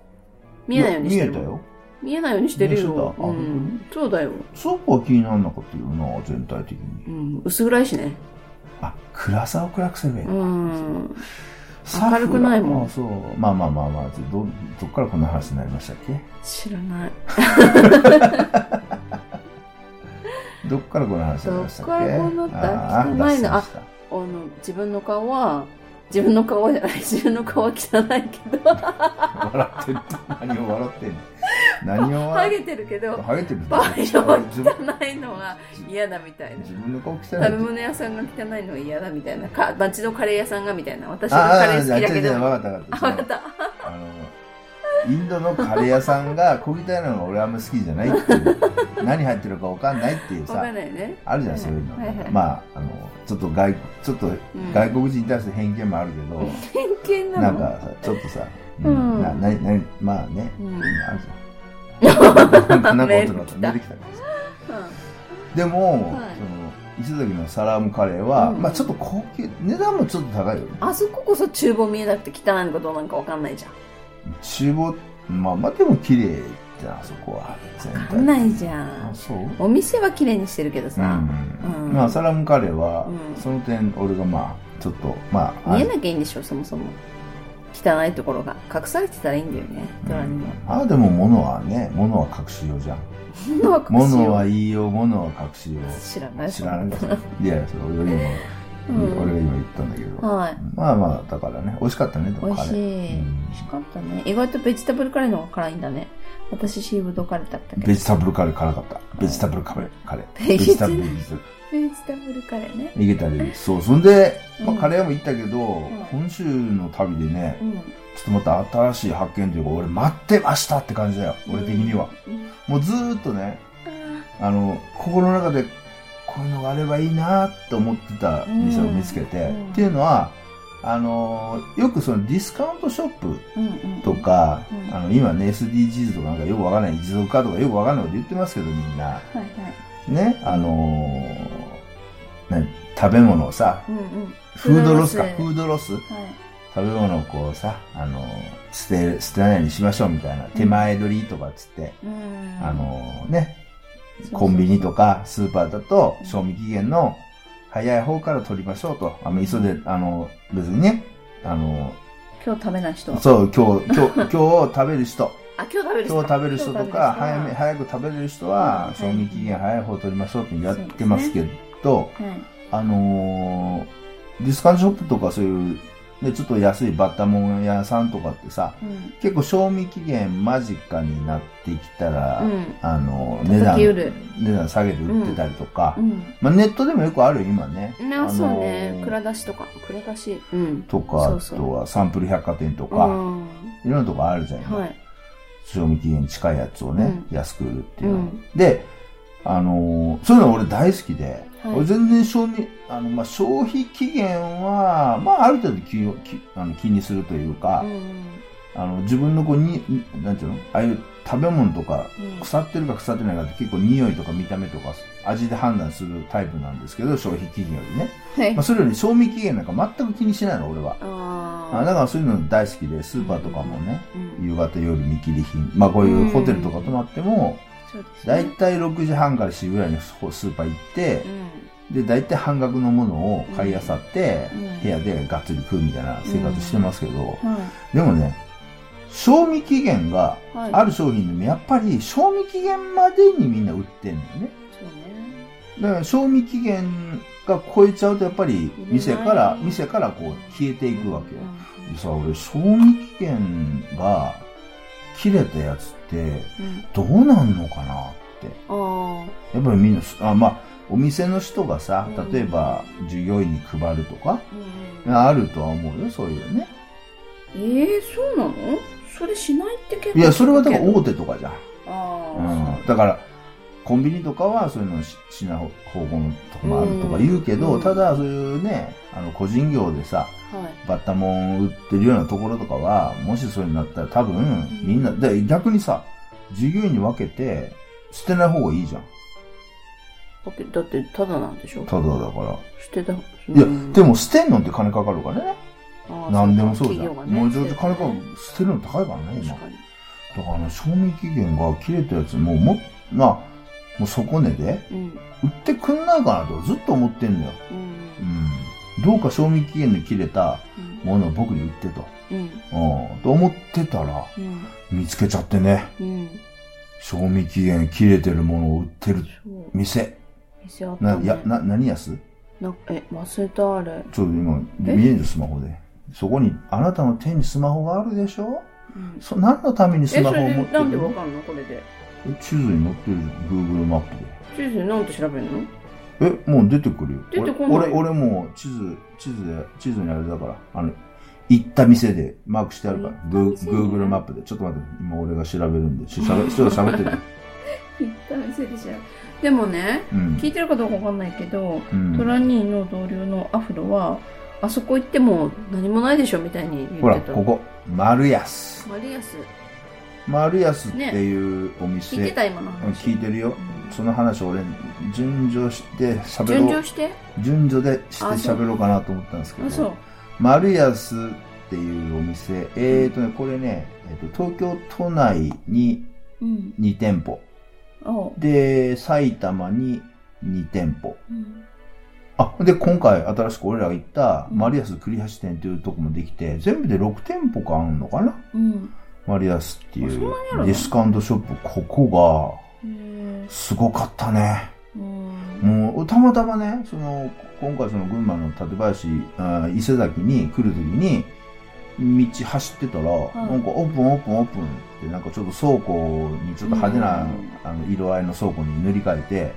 [SPEAKER 1] 見えないようにしてる
[SPEAKER 2] 見
[SPEAKER 1] も
[SPEAKER 2] えた
[SPEAKER 1] ん
[SPEAKER 2] よ。
[SPEAKER 1] 見えないようにしてる
[SPEAKER 2] 見えてたあ
[SPEAKER 1] よ。う
[SPEAKER 2] 本
[SPEAKER 1] ん、そうだよ、
[SPEAKER 2] ツオップは気にならなかったよな、全体的に
[SPEAKER 1] う。ん。薄暗いしね。
[SPEAKER 2] あ、暗さを暗くすればいい。
[SPEAKER 1] うん。
[SPEAKER 2] サフラン
[SPEAKER 1] 明るくないもん
[SPEAKER 2] あそう。まあまあまあまあ、ど、どっからこんな話になりましたっけ
[SPEAKER 1] 知らない。
[SPEAKER 2] どっからこんな話になりましたっ
[SPEAKER 1] ど
[SPEAKER 2] け
[SPEAKER 1] っからこんなって
[SPEAKER 2] あー
[SPEAKER 1] 汚いな
[SPEAKER 2] 脱線した
[SPEAKER 1] あの、自分の顔は、自分の顔じゃない、 自分の顔は汚いけど、
[SPEAKER 2] 笑ってる。何を笑 ってんの何を
[SPEAKER 1] ハ
[SPEAKER 2] 笑っ
[SPEAKER 1] ゲてるけど、
[SPEAKER 2] ハゲてるって
[SPEAKER 1] バイオは
[SPEAKER 2] 自分
[SPEAKER 1] 汚いのは嫌だみたいな。
[SPEAKER 2] 自分の顔汚いって
[SPEAKER 1] 食べ物屋さんが汚いのは嫌だみたいな。か町のカレー屋さんがみたいな。私のカレー好きだけど。
[SPEAKER 2] ああああわかったわ
[SPEAKER 1] あ、
[SPEAKER 2] かった。
[SPEAKER 1] わかった。
[SPEAKER 2] あの、インドのカレー屋さんが小汚いのが俺あんま好きじゃないっていう、何入ってるかわかんないっていう
[SPEAKER 1] わか
[SPEAKER 2] さ
[SPEAKER 1] ん、ないね。
[SPEAKER 2] あるじゃん、そういうの。
[SPEAKER 1] はいはい
[SPEAKER 2] まあ、あの、ちょっと外、ちょっと
[SPEAKER 1] うん
[SPEAKER 2] 外国人に対して偏見もあるけど、
[SPEAKER 1] 偏見なの
[SPEAKER 2] なんかさ、ちょっとさ、うん、
[SPEAKER 1] うん
[SPEAKER 2] な、な、な、まあね、
[SPEAKER 1] う
[SPEAKER 2] うんん、あるじゃん。なんか音が鳴ってきた。でも、
[SPEAKER 1] はい
[SPEAKER 2] その、伊勢崎のサラームカレーは、
[SPEAKER 1] うん
[SPEAKER 2] まあちょっと高級、値段もちょっと高いよね。
[SPEAKER 1] あそここそ厨房見えなくて汚いのかどうなんかわかんないじゃん。
[SPEAKER 2] 厨房、まあまあでも綺麗じゃん、あそこは。全
[SPEAKER 1] わ
[SPEAKER 2] 体
[SPEAKER 1] か
[SPEAKER 2] 的に
[SPEAKER 1] んないじゃ
[SPEAKER 2] あ
[SPEAKER 1] ん。
[SPEAKER 2] そううん
[SPEAKER 1] お店は綺麗にしてるけどさ、うん
[SPEAKER 2] まあサラムカレーは、
[SPEAKER 1] うん
[SPEAKER 2] その点俺がまあちょっとまああ
[SPEAKER 1] 見えなきゃいいんでしょ、そもそも。汚いところが。隠されてたらいいんだよね、ドラにも。
[SPEAKER 2] ああでも物はね物は隠しようじゃん
[SPEAKER 1] 物は隠し
[SPEAKER 2] 物
[SPEAKER 1] よ
[SPEAKER 2] は言いよう物は隠しよ
[SPEAKER 1] う
[SPEAKER 2] う
[SPEAKER 1] 知らない。
[SPEAKER 2] 知らな いからいやいやそれ俺が
[SPEAKER 1] う
[SPEAKER 2] 今、
[SPEAKER 1] ん
[SPEAKER 2] 俺が今言ったんだけど、
[SPEAKER 1] はい。
[SPEAKER 2] まあまあだからね美味しかったねで
[SPEAKER 1] 美
[SPEAKER 2] も
[SPEAKER 1] 味
[SPEAKER 2] カレ
[SPEAKER 1] し
[SPEAKER 2] ー
[SPEAKER 1] い。
[SPEAKER 2] うん
[SPEAKER 1] 美味しかったね。意外とベジタブルカレーの方が辛いんだね。私、シーブドカレーだったけど。
[SPEAKER 2] ベジタブルカレー辛かったベジタブルカレーカレー
[SPEAKER 1] ベ
[SPEAKER 2] ベ
[SPEAKER 1] ジ
[SPEAKER 2] ジ
[SPEAKER 1] タ
[SPEAKER 2] タ
[SPEAKER 1] ブ
[SPEAKER 2] ブ
[SPEAKER 1] ル
[SPEAKER 2] ルベジタブル
[SPEAKER 1] ベジタブルカレーね。
[SPEAKER 2] 逃げたりそうそんで、ま
[SPEAKER 1] うん
[SPEAKER 2] あ、カレー屋も行ったけど、
[SPEAKER 1] ん
[SPEAKER 2] 今週の旅でね
[SPEAKER 1] うん。
[SPEAKER 2] ちょっとまた新しい発見というか、俺待ってましたって感じだよ、俺的には。
[SPEAKER 1] うん。
[SPEAKER 2] もうずーっとね、
[SPEAKER 1] あ
[SPEAKER 2] あの、心の中でこういうのがあればいいなーって思ってた店を見つけて、
[SPEAKER 1] うん
[SPEAKER 2] っていうのは、あのーよくそのディスカウントショップ
[SPEAKER 1] ーうんうん。
[SPEAKER 2] とか、
[SPEAKER 1] うん
[SPEAKER 2] あの、今ね、SDGs とかなんかよくわかんない、持続化とかよくわかんないこと言ってますけど、みんな。
[SPEAKER 1] はいはい。
[SPEAKER 2] ね、あのー何食べ物をさ、
[SPEAKER 1] うんうん。
[SPEAKER 2] フードロスか、
[SPEAKER 1] フードロス
[SPEAKER 2] フードロス。
[SPEAKER 1] はい。
[SPEAKER 2] 食べ物をこうさ、あの、捨て、捨てないようにしましょうみたいな、手前取りとかっつって、
[SPEAKER 1] うん。
[SPEAKER 2] あのね、
[SPEAKER 1] そうそう、
[SPEAKER 2] コンビニとかスーパーだと
[SPEAKER 1] うん
[SPEAKER 2] 賞味期限の早い方から取りましょうと。あの、急いで、あの、別にね、あの、
[SPEAKER 1] 今日食べない人は
[SPEAKER 2] そう、今日、 今日、今日食べる人、
[SPEAKER 1] あ、今日食べる人
[SPEAKER 2] 今日食べる人とか、早め、
[SPEAKER 1] は
[SPEAKER 2] 早く食べれる人
[SPEAKER 1] う
[SPEAKER 2] は
[SPEAKER 1] ん
[SPEAKER 2] 賞味期限早い方取りましょうってやってますけど、
[SPEAKER 1] い。はい。
[SPEAKER 2] あのーディスカウントショップとかそういう、ね、ちょっと安いバッタモン屋さんとかってさ、
[SPEAKER 1] うん。
[SPEAKER 2] 結構賞味期限間近になってきたら、
[SPEAKER 1] うん。
[SPEAKER 2] あの値
[SPEAKER 1] 叩
[SPEAKER 2] 段
[SPEAKER 1] きうる
[SPEAKER 2] 値段下げて売ってたりとか、
[SPEAKER 1] うん。
[SPEAKER 2] まあ、ネットでもよくあるよ今ね
[SPEAKER 1] ね、
[SPEAKER 2] あのー
[SPEAKER 1] そうね。蔵出しとか。蔵出し。うん。
[SPEAKER 2] とか
[SPEAKER 1] そうそう
[SPEAKER 2] あとはサンプル百貨店と
[SPEAKER 1] う
[SPEAKER 2] か、
[SPEAKER 1] ん。
[SPEAKER 2] いろんなとこあるじゃん、今
[SPEAKER 1] はい。
[SPEAKER 2] 賞味期限近いやつをね、
[SPEAKER 1] う
[SPEAKER 2] 安く売るって
[SPEAKER 1] う
[SPEAKER 2] いうの、
[SPEAKER 1] ん。
[SPEAKER 2] であのーそういうの俺大好きで、
[SPEAKER 1] はい
[SPEAKER 2] 俺全然賞味あの、まあ、消費期限は、まあ、ある程度気を気あの気にするというか、
[SPEAKER 1] うん。
[SPEAKER 2] あの自分のこうになんていうのああいう食べ物とか
[SPEAKER 1] うん
[SPEAKER 2] 腐ってるか腐ってないかって結構匂いとか見た目とか味で判断するタイプなんですけど消費期限よりね、
[SPEAKER 1] はい
[SPEAKER 2] まあ、それより賞味期限なんか全く気にしないの俺はあ
[SPEAKER 1] あ
[SPEAKER 2] だからそういうの大好きでスーパーとかもね
[SPEAKER 1] ーうん
[SPEAKER 2] 夕方夜見切り品まあこういうホテルとか泊まっても
[SPEAKER 1] そうです
[SPEAKER 2] 大
[SPEAKER 1] ね
[SPEAKER 2] 体6時半から7時ぐらいにスーパー行って
[SPEAKER 1] う
[SPEAKER 2] で大体半額のものを買い漁って
[SPEAKER 1] うんうん
[SPEAKER 2] 部屋でがっつり食うみたいな生活してますけど
[SPEAKER 1] んは
[SPEAKER 2] でもね賞味期限が
[SPEAKER 1] いはい
[SPEAKER 2] ある商品でもやっぱり賞味期限までにみんな売ってんのよね。
[SPEAKER 1] そうね
[SPEAKER 2] だから賞味期限が超えちゃうとやっぱり店から
[SPEAKER 1] う、ん
[SPEAKER 2] 店からこう消えていくわけよ
[SPEAKER 1] う。ん
[SPEAKER 2] でさ、俺賞味期限が切れたやつって
[SPEAKER 1] うん
[SPEAKER 2] どうなんのかなって。
[SPEAKER 1] あ
[SPEAKER 2] やっぱりみんな、あまあ、お店の人がさ
[SPEAKER 1] うん、
[SPEAKER 2] 例えば従業員に配るとか、
[SPEAKER 1] ーうん
[SPEAKER 2] あるとは思うよ、そういうのね。
[SPEAKER 1] ええそうなのそれしないって結構
[SPEAKER 2] いや、それはだから
[SPEAKER 1] 聞く
[SPEAKER 2] 大手とかじゃん。
[SPEAKER 1] けどあ
[SPEAKER 2] うんだからコンビニとかはそういうのししない方向のとこもあるとか言うけど、
[SPEAKER 1] うん
[SPEAKER 2] ただそういうねあの個人業でさ
[SPEAKER 1] あ、はい
[SPEAKER 2] バッタモン売ってるようなところとかはもしそうになったら多分みんな、で逆にさ従業員に分けて捨てない方がいいじゃん
[SPEAKER 1] だってだってただなんでしょ
[SPEAKER 2] ただだから、
[SPEAKER 1] してたい
[SPEAKER 2] いやでも捨てんのって金かかるからね何でもそうじゃん、もうちょっと金かかる捨てるの高いからね今
[SPEAKER 1] 確かに
[SPEAKER 2] だからあの賞味期限が切れたやつもうもまあもう底値で
[SPEAKER 1] うん
[SPEAKER 2] 売ってくんないかなとずっと思ってんのよ。
[SPEAKER 1] うん
[SPEAKER 2] うん。どうか賞味期限の切れたものを僕に売ってと。
[SPEAKER 1] うん
[SPEAKER 2] うん。と思ってたら、
[SPEAKER 1] うん
[SPEAKER 2] 見つけちゃってね。
[SPEAKER 1] うん
[SPEAKER 2] 賞味期限切れてるものを売ってる
[SPEAKER 1] そう
[SPEAKER 2] 店。
[SPEAKER 1] 店あった
[SPEAKER 2] な、
[SPEAKER 1] ね
[SPEAKER 2] いや、な、何安
[SPEAKER 1] なえ忘れたあれ
[SPEAKER 2] ちょっと今、
[SPEAKER 1] え
[SPEAKER 2] 見えんのスマホで。そこに、あなたの手にスマホがあるでしょ
[SPEAKER 1] うん
[SPEAKER 2] そ、何のために
[SPEAKER 1] え
[SPEAKER 2] スマ
[SPEAKER 1] そ
[SPEAKER 2] ホを
[SPEAKER 1] れ
[SPEAKER 2] 持
[SPEAKER 1] で
[SPEAKER 2] ってる
[SPEAKER 1] なんでわ
[SPEAKER 2] の
[SPEAKER 1] かんのこれで
[SPEAKER 2] え地図に載ってるじゃん。Google マップで。
[SPEAKER 1] 先生なんて調べるの
[SPEAKER 2] え、もう出てくるよ。
[SPEAKER 1] 出てこない
[SPEAKER 2] 俺、俺、俺もう地図、地図で、地図にあれだから、あの、行った店でマークしてあるから、グ
[SPEAKER 1] 行った
[SPEAKER 2] ー
[SPEAKER 1] 店ね
[SPEAKER 2] Google マップで。ちょっと待って、今俺が調べるんで、しゃべ、ちょっと喋ってる。
[SPEAKER 1] 行った店でしょでもね
[SPEAKER 2] うん。
[SPEAKER 1] 聞いてるかどうかわかんないけど
[SPEAKER 2] うん
[SPEAKER 1] トラニーの同僚のアフロはあそこ行っても何もないでしょみたいに
[SPEAKER 2] ほ
[SPEAKER 1] 言っ
[SPEAKER 2] ら、
[SPEAKER 1] てた
[SPEAKER 2] ここ、丸安。
[SPEAKER 1] マリアス
[SPEAKER 2] 丸安っていうお店。
[SPEAKER 1] 聞いてた今の
[SPEAKER 2] うん
[SPEAKER 1] 話
[SPEAKER 2] 聞いてるよ。その話俺、順序して喋
[SPEAKER 1] 順
[SPEAKER 2] ろう
[SPEAKER 1] 調。して
[SPEAKER 2] 順序でして
[SPEAKER 1] あそう
[SPEAKER 2] 喋ろうかなと思ったんですけ
[SPEAKER 1] あ
[SPEAKER 2] ど。
[SPEAKER 1] そう
[SPEAKER 2] 丸安っていうお店。えーとね、これね、えーと東京都内に
[SPEAKER 1] うん
[SPEAKER 2] 2店舗。
[SPEAKER 1] あう
[SPEAKER 2] で、埼玉に2店舗。
[SPEAKER 1] ん
[SPEAKER 2] あ、で、今回新しく俺らが行った、
[SPEAKER 1] うん
[SPEAKER 2] マリアス栗橋店というとこもできて、全部で6店舗かあるのかな
[SPEAKER 1] うん
[SPEAKER 2] マリアスってい
[SPEAKER 1] あそんなにある
[SPEAKER 2] う
[SPEAKER 1] の
[SPEAKER 2] ディスカウントショップ、ここ
[SPEAKER 1] へー
[SPEAKER 2] が、すごかったね。
[SPEAKER 1] うん
[SPEAKER 2] もう、たまたまね、その、今回その群馬の館林、あ伊勢崎に来るときに、道走ってたら、
[SPEAKER 1] い
[SPEAKER 2] なんかオープンオープンオープンって、なんかちょっと倉庫にちょっと派手な、
[SPEAKER 1] う
[SPEAKER 2] あの色合いの倉庫に塗り替えて、
[SPEAKER 1] はい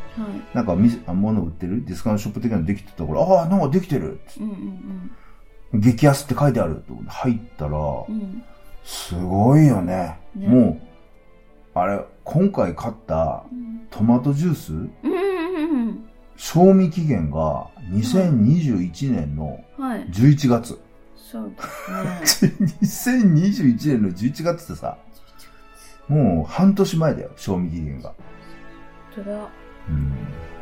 [SPEAKER 2] なんかみあ物売ってるディスカウントショップ的なのできてたから、ああ、なんかできてる
[SPEAKER 1] うんうん
[SPEAKER 2] 激安って書いてあると思って入ったら、
[SPEAKER 1] うんうん
[SPEAKER 2] すごいよね。
[SPEAKER 1] ね
[SPEAKER 2] もう、あれ、今回買った
[SPEAKER 1] うん
[SPEAKER 2] トマトジュース、
[SPEAKER 1] うんうん
[SPEAKER 2] 賞味期限が2021年の
[SPEAKER 1] うんはい
[SPEAKER 2] 11月。
[SPEAKER 1] そうだね
[SPEAKER 2] 2021年の11月ってさ、もう半年前だよ、賞味期限が。
[SPEAKER 1] それは
[SPEAKER 2] うん。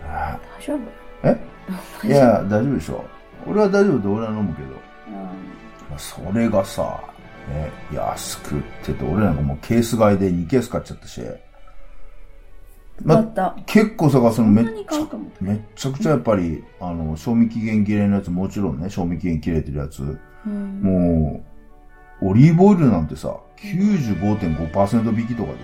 [SPEAKER 2] あ
[SPEAKER 1] 大丈夫
[SPEAKER 2] え
[SPEAKER 1] 大丈夫
[SPEAKER 2] いや、大丈夫でしょ。俺は大丈夫で俺は飲むけど。
[SPEAKER 1] うん
[SPEAKER 2] それがさ、ね、安く売ってて、俺なんかもうケース買いで2ケース買っちゃったし、ま
[SPEAKER 1] あ
[SPEAKER 2] あ、
[SPEAKER 1] った
[SPEAKER 2] 結構さ、その
[SPEAKER 1] そん
[SPEAKER 2] めっ
[SPEAKER 1] なに
[SPEAKER 2] ち
[SPEAKER 1] 買う
[SPEAKER 2] ゃ、
[SPEAKER 1] かも
[SPEAKER 2] めっちゃくちゃやっぱり、あの、賞味期限切れのやつ、もちろんね、賞味期限切れてるやつ、
[SPEAKER 1] うん
[SPEAKER 2] もう、オリーブオイルなんてさ、95.5%引きとかで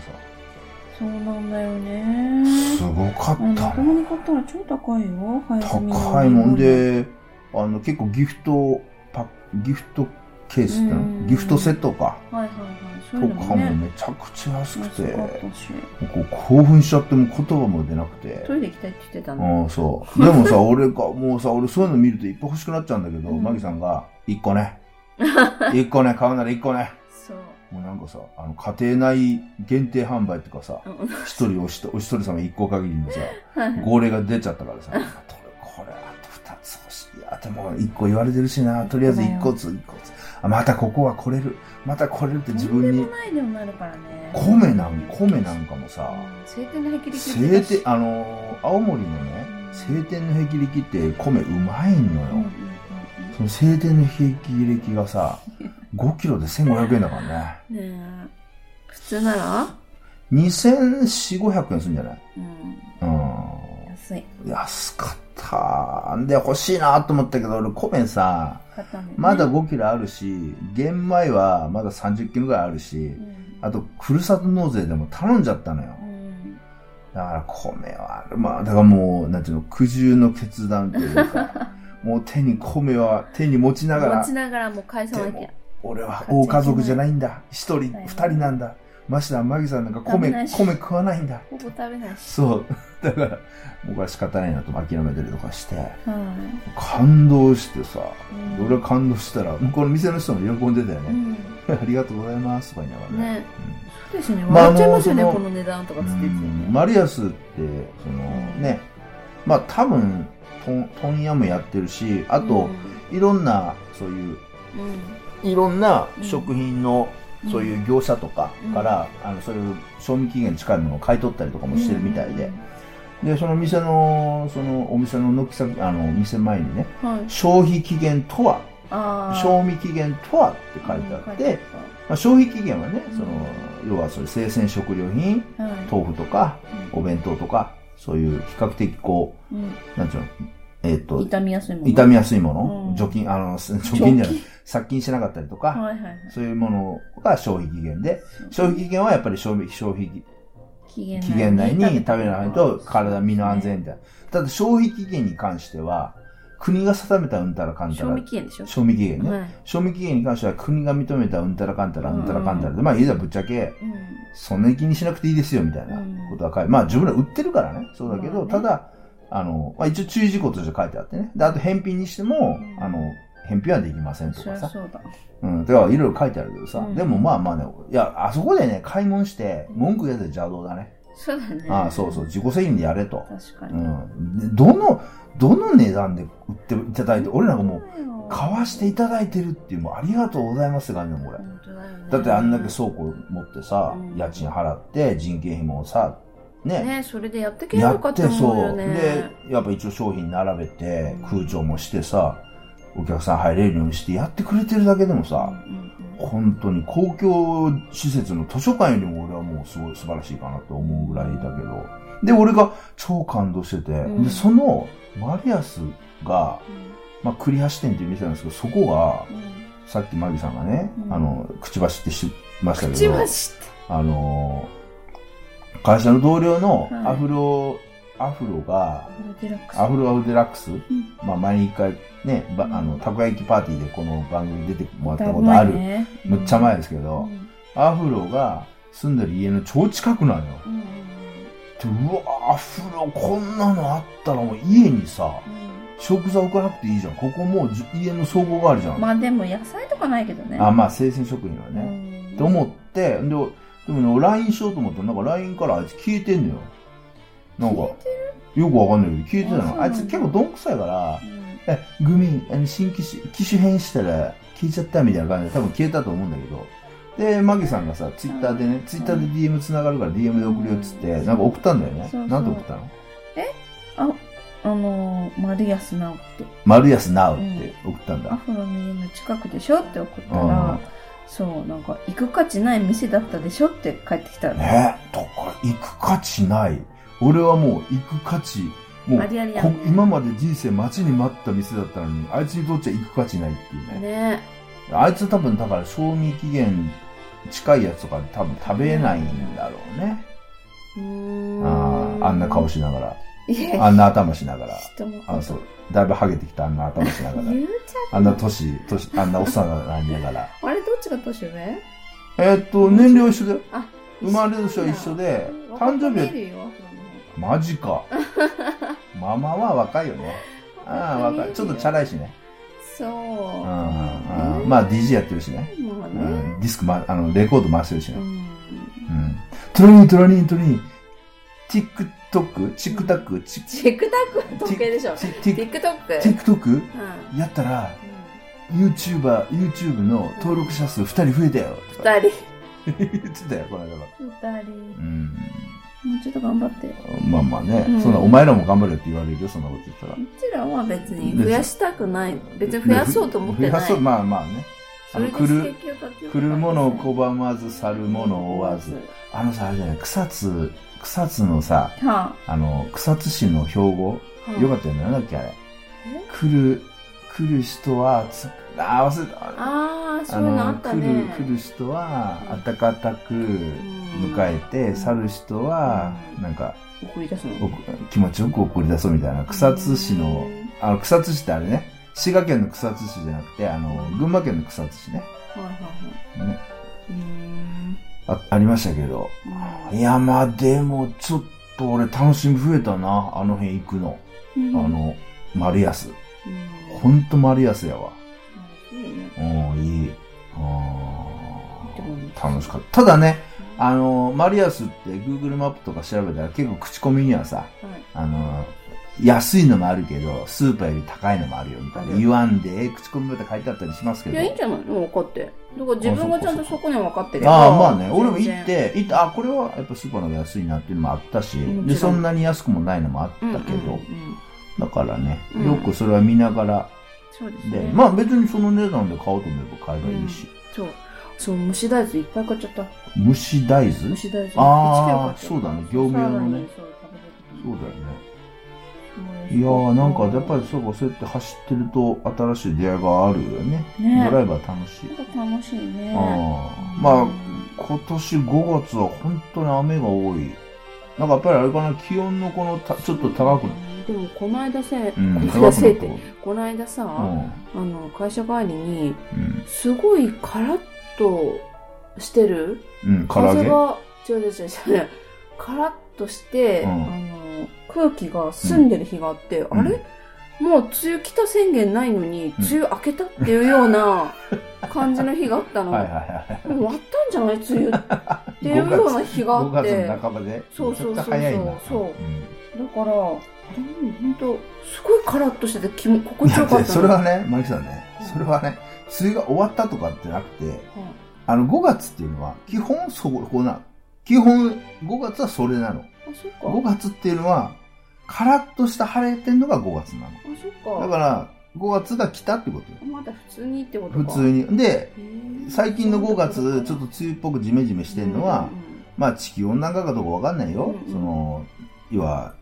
[SPEAKER 1] そうなんだよ
[SPEAKER 2] さ、
[SPEAKER 1] ね
[SPEAKER 2] すごか
[SPEAKER 1] あの
[SPEAKER 2] った
[SPEAKER 1] 子
[SPEAKER 2] の。
[SPEAKER 1] 供に買ったら超高いよ早摘みの
[SPEAKER 2] 高いもんで、あの、結構ギフトパック、ギフトケースって
[SPEAKER 1] うん
[SPEAKER 2] のギフトセットか。
[SPEAKER 1] はいはいはいそうい
[SPEAKER 2] と
[SPEAKER 1] うの
[SPEAKER 2] か
[SPEAKER 1] も
[SPEAKER 2] も
[SPEAKER 1] ね
[SPEAKER 2] めちゃくちゃ安くて、
[SPEAKER 1] 安かったし
[SPEAKER 2] こう興奮しちゃってもう言葉も出なくて。
[SPEAKER 1] トイレ行きたいって言ってたの
[SPEAKER 2] うん、そう。でも さ、俺が、もうさ、俺そういうの見るといっぱい欲しくなっちゃうんだけど、
[SPEAKER 1] うん
[SPEAKER 2] マギさんが、一個ね。一個ね、買うなら一個ね。
[SPEAKER 1] そう
[SPEAKER 2] もうなんかさ、あの、家庭内限定販売とかさ、
[SPEAKER 1] うん
[SPEAKER 2] 一人おひとお一人様一個限りのさ、
[SPEAKER 1] はい
[SPEAKER 2] 号令が出ちゃったからさ、これ、これ、あと二つ欲しい。いや、でも一個言われてるしな、とりあえず一個ずつ、一個ずつ。あまたここは来れるまた来れるって自分
[SPEAKER 1] と
[SPEAKER 2] に
[SPEAKER 1] んでもないでもなるからね。
[SPEAKER 2] 米なん米なんかもさ
[SPEAKER 1] うん晴天の霹靂って言
[SPEAKER 2] 晴
[SPEAKER 1] ってたし
[SPEAKER 2] 天あのー青森のね晴天の霹靂って米うまいの
[SPEAKER 1] うんうんう
[SPEAKER 2] よ
[SPEAKER 1] ん
[SPEAKER 2] その晴天の霹靂がさ5キロで1500円だからね
[SPEAKER 1] うんねえ普通なら
[SPEAKER 2] 2400500円するんじゃない
[SPEAKER 1] うん。
[SPEAKER 2] う
[SPEAKER 1] 安い。
[SPEAKER 2] ん安かったんで欲しいなと思ったけど俺米さ
[SPEAKER 1] 買ったんだよね
[SPEAKER 2] まだ5キロあるし玄米はまだ30キロぐらいあるし
[SPEAKER 1] うん
[SPEAKER 2] あとふるさと納税でも頼んじゃったのよ
[SPEAKER 1] うん
[SPEAKER 2] だから米はあるまあだからもうなんていうの苦渋の決断というかもう手に米は手に持ちながら
[SPEAKER 1] 持ちながらもう返さなき
[SPEAKER 2] で
[SPEAKER 1] ゃ
[SPEAKER 2] も。俺は大家族じゃないんだ一人
[SPEAKER 1] だよ
[SPEAKER 2] 二
[SPEAKER 1] ね
[SPEAKER 2] 人なんだマシダマギさんなんか
[SPEAKER 1] 食べ
[SPEAKER 2] 米
[SPEAKER 1] ないし
[SPEAKER 2] 米食わないんだ
[SPEAKER 1] ほぼ食べないし。
[SPEAKER 2] そう だから僕は仕方ないなと諦めたりとかして
[SPEAKER 1] は
[SPEAKER 2] 感動してさ
[SPEAKER 1] いうん
[SPEAKER 2] 俺は感動したら向こうの店の人も喜んでたよ
[SPEAKER 1] う
[SPEAKER 2] ね、
[SPEAKER 1] ん
[SPEAKER 2] ありがとうございますとか言いながらね
[SPEAKER 1] ねそうですよね。
[SPEAKER 2] まあ
[SPEAKER 1] 笑っちゃいますよね、
[SPEAKER 2] あのそ
[SPEAKER 1] こ
[SPEAKER 2] の
[SPEAKER 1] の値段とか
[SPEAKER 2] う
[SPEAKER 1] つけ
[SPEAKER 2] ん
[SPEAKER 1] てね。
[SPEAKER 2] マリアスってそのねまあ多分とん問屋もやってるしあと、いろんなそういう
[SPEAKER 1] うん、うん
[SPEAKER 2] いろんな食品の、
[SPEAKER 1] うん
[SPEAKER 2] そういう業者とかから、あのそういう賞味期限近いものを買い取ったりとかもしてるみたいで、でその店のそのお店の軒先あのお店前にね
[SPEAKER 1] うんはい、
[SPEAKER 2] 消費期限とは
[SPEAKER 1] あー
[SPEAKER 2] 賞味期限とはって書いてあって、まあ、消費期限はね
[SPEAKER 1] うん
[SPEAKER 2] その要はそういう生鮮食料品
[SPEAKER 1] うんはい
[SPEAKER 2] 豆腐とかお弁当とかそういう比較的こ
[SPEAKER 1] うん
[SPEAKER 2] うなんていうのえっ、と
[SPEAKER 1] 痛みやすいもん
[SPEAKER 2] 傷みやすいもの、
[SPEAKER 1] うん
[SPEAKER 2] 除菌あの 除
[SPEAKER 1] 貯
[SPEAKER 2] 菌じゃない
[SPEAKER 1] 金
[SPEAKER 2] 殺菌しなかったりとか、
[SPEAKER 1] はいはいはい
[SPEAKER 2] そういうものが消費期限で、消費期限はやっぱり消費消費
[SPEAKER 1] 期限
[SPEAKER 2] 期限内に食べないと体身の安全みたいな。ただ消費期限に関しては、国が定めたうんたらかんた
[SPEAKER 1] 賞
[SPEAKER 2] ら
[SPEAKER 1] 味、期限でしょ
[SPEAKER 2] 賞味期限ね。
[SPEAKER 1] はい
[SPEAKER 2] 賞味期限に関しては国が認めたうんたらかんたら、
[SPEAKER 1] うん
[SPEAKER 2] うんたらかんたらで、まあいざぶっちゃけ、
[SPEAKER 1] うん
[SPEAKER 2] そんなに気にしなくていいですよみたいなことは書いて、まあ自分ら売ってるからね、そうだけ
[SPEAKER 1] ま
[SPEAKER 2] ど、
[SPEAKER 1] あ
[SPEAKER 2] た
[SPEAKER 1] ね
[SPEAKER 2] だ、あの、まあ一応注意事項として書いてあってね。で、あと返品にしても
[SPEAKER 1] う、ん
[SPEAKER 2] あの、返品はできませんと
[SPEAKER 1] そ
[SPEAKER 2] か
[SPEAKER 1] り
[SPEAKER 2] さ
[SPEAKER 1] ゃ。そうだ
[SPEAKER 2] うん、だからいろいろ書いてあるけどさ、
[SPEAKER 1] うん
[SPEAKER 2] でもまあまあね、いや、あそこでね、買い物して、文句言うやつは邪道だね。
[SPEAKER 1] そうだね
[SPEAKER 2] ああ、そうそう、自己責任でやれと。
[SPEAKER 1] 確か
[SPEAKER 2] う
[SPEAKER 1] に
[SPEAKER 2] ん。でどの、どの値段で売っていただいて、俺なんかもう、
[SPEAKER 1] う
[SPEAKER 2] 買わしていただいてるっていう、もうありがとうございますって感じだもん、俺。
[SPEAKER 1] 本当だよね
[SPEAKER 2] だってあんだけ倉庫持ってさ、
[SPEAKER 1] うん
[SPEAKER 2] 家賃払って、人件費もさ、ね。
[SPEAKER 1] ねそれでやってける
[SPEAKER 2] や
[SPEAKER 1] のか
[SPEAKER 2] っ
[SPEAKER 1] って
[SPEAKER 2] て
[SPEAKER 1] 思う
[SPEAKER 2] そ
[SPEAKER 1] よ
[SPEAKER 2] う。
[SPEAKER 1] ね
[SPEAKER 2] で、やっぱ一応商品並べて
[SPEAKER 1] うん、
[SPEAKER 2] 空調もしてさ、お客さん入れるようにしてやってくれてるだけでもさ、
[SPEAKER 1] うんうんうん
[SPEAKER 2] 本当に公共施設の図書館よりも俺はもうすごい素晴らしいかなと思うぐらいだけど。で、俺が超感動してて、
[SPEAKER 1] うん
[SPEAKER 2] で、そのマリアスが、
[SPEAKER 1] うん
[SPEAKER 2] まあ、栗橋店っていう店なんですけど、そこが、
[SPEAKER 1] うん
[SPEAKER 2] さっきマギさんがね、
[SPEAKER 1] うん
[SPEAKER 2] あの、くちばしって知ってました
[SPEAKER 1] く
[SPEAKER 2] け
[SPEAKER 1] ち
[SPEAKER 2] ど、
[SPEAKER 1] ばしって
[SPEAKER 2] あのー、会社の同僚の
[SPEAKER 1] はい
[SPEAKER 2] アフロ、アフロが、
[SPEAKER 1] デラックス
[SPEAKER 2] アフロアウデラックス、
[SPEAKER 1] ん
[SPEAKER 2] まあ、前に一回ね、ば
[SPEAKER 1] うん
[SPEAKER 2] あの、たこ焼きパーティーでこの番組に出てもらったことある。むっちゃ前ですけど、
[SPEAKER 1] うん
[SPEAKER 2] アフロが住んでる家の超近くなのよ。
[SPEAKER 1] うんうん
[SPEAKER 2] でうわ、アフロこんなのあったらもう家にさ、
[SPEAKER 1] うん
[SPEAKER 2] 食材置かなくていいじゃん。ここもうじ家の総合があるじゃん。
[SPEAKER 1] まあでも野菜とかないけどね
[SPEAKER 2] あ、まあ生鮮食品はね。
[SPEAKER 1] ね
[SPEAKER 2] と思って、で、でもね、LINE しようと思ったら、なんか LINE からあいつ消えてんのよ。なんか、よくわかんないけど、消えてた
[SPEAKER 1] あそう
[SPEAKER 2] の。あ
[SPEAKER 1] ないんだ
[SPEAKER 2] つ結構どんくさいから、え、グミン、あの新機種、機種変したら消えちゃったみたいな感じで多分消えたと思うんだけど。で、マギさんがさ、ツイッターでね、ツイッターで DM 繋がるから DM で送るよっつって、
[SPEAKER 1] うん
[SPEAKER 2] なんか送ったんだよね。
[SPEAKER 1] そうそう
[SPEAKER 2] なんて送ったの
[SPEAKER 1] あ、あのー、丸安直って、
[SPEAKER 2] マルヤスナウって送ったん
[SPEAKER 1] ア
[SPEAKER 2] だ。
[SPEAKER 1] フロの家の近くでしょって送った
[SPEAKER 2] う
[SPEAKER 1] ら
[SPEAKER 2] ん、
[SPEAKER 1] そう、なんか、行く価値ない店だったでしょって帰ってきたの。
[SPEAKER 2] ねえ、だから行く価値ない。俺はもう行く価値、もう
[SPEAKER 1] ありありや
[SPEAKER 2] こ
[SPEAKER 1] ね。
[SPEAKER 2] 今まで人生待ちに待った店だったのに、あいつにとっちゃ行く価値ないっていうね。
[SPEAKER 1] ね
[SPEAKER 2] あいつ多分だから賞味期限近いやつとか多分食べないんだろうね。
[SPEAKER 1] うー
[SPEAKER 2] あああんな顔
[SPEAKER 1] し
[SPEAKER 2] しながら。
[SPEAKER 1] いや、
[SPEAKER 2] あんな頭しながら。
[SPEAKER 1] 人も。
[SPEAKER 2] あそう。だいぶハゲてきたあんな頭しながら。
[SPEAKER 1] 言うちゃ
[SPEAKER 2] あんな年、年、あんなおっさんになりなが ら。
[SPEAKER 1] う。あれ、どっちが年上
[SPEAKER 2] えーっと、年齢は一緒だよ。
[SPEAKER 1] あ、
[SPEAKER 2] 生まれ年は一緒で、誕生日は、
[SPEAKER 1] は。
[SPEAKER 2] マジ か。ママは若いよね。ああ、若い。ちょっとチャ
[SPEAKER 1] ラ。
[SPEAKER 2] ラいしね。
[SPEAKER 1] そう。
[SPEAKER 2] うん
[SPEAKER 1] も
[SPEAKER 2] うんうん。まあ DJ やってるしね。
[SPEAKER 1] う
[SPEAKER 2] う
[SPEAKER 1] ね。
[SPEAKER 2] ん。ディスク、ま、あの、レコード回してるし
[SPEAKER 1] う
[SPEAKER 2] ね。
[SPEAKER 1] ん。
[SPEAKER 2] うん。トラニートラニートラニー。TikTok? チックタックチック
[SPEAKER 1] チェックタック時計でしょ。
[SPEAKER 2] ティ
[SPEAKER 1] TikTok?
[SPEAKER 2] ック TikTok?
[SPEAKER 1] うん。
[SPEAKER 2] やったら、 YouTuber、YouTube の登録者数2人増えたよとか
[SPEAKER 1] 二人。
[SPEAKER 2] 言ってたよ、この間は。
[SPEAKER 1] 二人
[SPEAKER 2] う。ん。
[SPEAKER 1] もうちょっと頑張って。
[SPEAKER 2] まあまあね、
[SPEAKER 1] うん
[SPEAKER 2] そんな、お前らも頑張れって言われるよ、そんなこと言ったら
[SPEAKER 1] う。ちらは別に増やしたくない。別に増やそうと思って
[SPEAKER 2] 増
[SPEAKER 1] な
[SPEAKER 2] や
[SPEAKER 1] い。
[SPEAKER 2] そう、まあまあね。あの、来る、来
[SPEAKER 1] 来
[SPEAKER 2] るものを拒まず、去るものを追わず。あのさ、あれじゃない、草津、草津のさ、
[SPEAKER 1] は
[SPEAKER 2] あの、草津市の標語、
[SPEAKER 1] あ、
[SPEAKER 2] よか
[SPEAKER 1] っ
[SPEAKER 2] ったよね、なんだっけ、あれ
[SPEAKER 1] え。
[SPEAKER 2] 来る、来る人は、つあー、忘れた。
[SPEAKER 1] ああ、そ
[SPEAKER 2] あ
[SPEAKER 1] ういう
[SPEAKER 2] の
[SPEAKER 1] のあった
[SPEAKER 2] 来る
[SPEAKER 1] ね。
[SPEAKER 2] 来る人は温かく迎えて、
[SPEAKER 1] うん
[SPEAKER 2] 去る人はなんか
[SPEAKER 1] 送り出すの。
[SPEAKER 2] お気持ちよく送り出そうみたいな草津市のあの草津市ってあれね滋賀県の草津市じゃなくてあの群馬県の草津市ね
[SPEAKER 1] はいはいはい。
[SPEAKER 2] ね
[SPEAKER 1] うーん。
[SPEAKER 2] あありましたけど
[SPEAKER 1] まあ
[SPEAKER 2] いやまあでもちょっと俺楽しみ増えたなあの辺行くの、
[SPEAKER 1] うん
[SPEAKER 2] あの丸安
[SPEAKER 1] うん
[SPEAKER 2] ほんと丸安やわ
[SPEAKER 1] いいね
[SPEAKER 2] うんいいうん
[SPEAKER 1] でも
[SPEAKER 2] 楽しかったただねあの、マリアスって Google マップとか調べたら結構口コミにはさ、
[SPEAKER 1] はい
[SPEAKER 2] あの、安いのもあるけど、スーパーより高いのもあるよみたい
[SPEAKER 1] あ
[SPEAKER 2] な。
[SPEAKER 1] る
[SPEAKER 2] 言わんで、ええ口コミまで書いてあったりしますけ
[SPEAKER 1] い
[SPEAKER 2] ど
[SPEAKER 1] や、。いいんじゃないの分かって。だから自分がちゃんとそこには分かってれば
[SPEAKER 2] ああ、まあね、俺も行っ
[SPEAKER 1] 全然
[SPEAKER 2] て、行って、あ、これはやっぱスーパーの方が安いなっていうのもあったし
[SPEAKER 1] もちろ、ん
[SPEAKER 2] で、そんなに安くもないのもあっ
[SPEAKER 1] うんうんう
[SPEAKER 2] た
[SPEAKER 1] ん
[SPEAKER 2] けど、だからね、
[SPEAKER 1] うん
[SPEAKER 2] よくそれは見ながら、
[SPEAKER 1] そうです
[SPEAKER 2] で
[SPEAKER 1] ね、。
[SPEAKER 2] まあ別にその値段で買おうと思えば買えばいいし、
[SPEAKER 1] そう。そう、虫大豆いっぱい買っちゃった。
[SPEAKER 2] 蒸し大豆
[SPEAKER 1] 虫大豆。
[SPEAKER 2] ああ
[SPEAKER 1] 一キロ買っちゃった
[SPEAKER 2] そうだね業務用のね。
[SPEAKER 1] サラダに
[SPEAKER 2] そうだよね。
[SPEAKER 1] そう食べて
[SPEAKER 2] いやーなんかやっぱ
[SPEAKER 1] り。
[SPEAKER 2] りそうかそうやって走ってると新しい出会いがあるよね
[SPEAKER 1] ね
[SPEAKER 2] ドライバー楽しい、
[SPEAKER 1] なんか楽しいね。
[SPEAKER 2] あ
[SPEAKER 1] う
[SPEAKER 2] ー
[SPEAKER 1] ん
[SPEAKER 2] まあ今年5月は本当に雨が多いなんかやっぱりあれかな気温のこのたちょっと高く
[SPEAKER 1] でもこの間せ、
[SPEAKER 2] う
[SPEAKER 1] この
[SPEAKER 2] ん
[SPEAKER 1] 間
[SPEAKER 2] 高くな
[SPEAKER 1] せっ
[SPEAKER 2] った
[SPEAKER 1] て、この間さ、
[SPEAKER 2] うん
[SPEAKER 1] あの、会社帰りに、
[SPEAKER 2] うん
[SPEAKER 1] すごいカラッとしてる
[SPEAKER 2] うん唐揚
[SPEAKER 1] 風
[SPEAKER 2] げ
[SPEAKER 1] が、違う違う違う違う、カラッとして、
[SPEAKER 2] うん
[SPEAKER 1] あの、空気が澄んでる日があって、
[SPEAKER 2] ん
[SPEAKER 1] あれもう梅雨来た宣言ないのに、梅雨明けたっていうような感じの日があったの。
[SPEAKER 2] はいはいはい
[SPEAKER 1] もう終わったんじゃない梅雨っていうような日が
[SPEAKER 2] 5
[SPEAKER 1] あっ
[SPEAKER 2] 月
[SPEAKER 1] て。
[SPEAKER 2] の半ばで
[SPEAKER 1] そうそうそうそう
[SPEAKER 2] めちゃくちゃ早いな
[SPEAKER 1] そう
[SPEAKER 2] うん
[SPEAKER 1] だから、あれも本当すごいカラッとしてて気も心地よか
[SPEAKER 2] い
[SPEAKER 1] っ
[SPEAKER 2] や
[SPEAKER 1] た
[SPEAKER 2] それはねマキさんね
[SPEAKER 1] うん
[SPEAKER 2] それはね梅雨が終わったとかってなくて
[SPEAKER 1] うん
[SPEAKER 2] あの5月っていうのは基本そこなの基本5月はそれなの
[SPEAKER 1] あ、そっか。
[SPEAKER 2] 5月っていうのは、カラッとした晴れてんのが5月なの。
[SPEAKER 1] あ、そっか。
[SPEAKER 2] だから、5月が来たってことよ。
[SPEAKER 1] まだ普通にってこと
[SPEAKER 2] 普
[SPEAKER 1] か。
[SPEAKER 2] 通に。で、
[SPEAKER 1] へー
[SPEAKER 2] 最近の5月、ちょっと梅雨っぽくジメジメしてんのは、まあ地球温暖化かどうかわかんないよ
[SPEAKER 1] うん。うん
[SPEAKER 2] その、要は、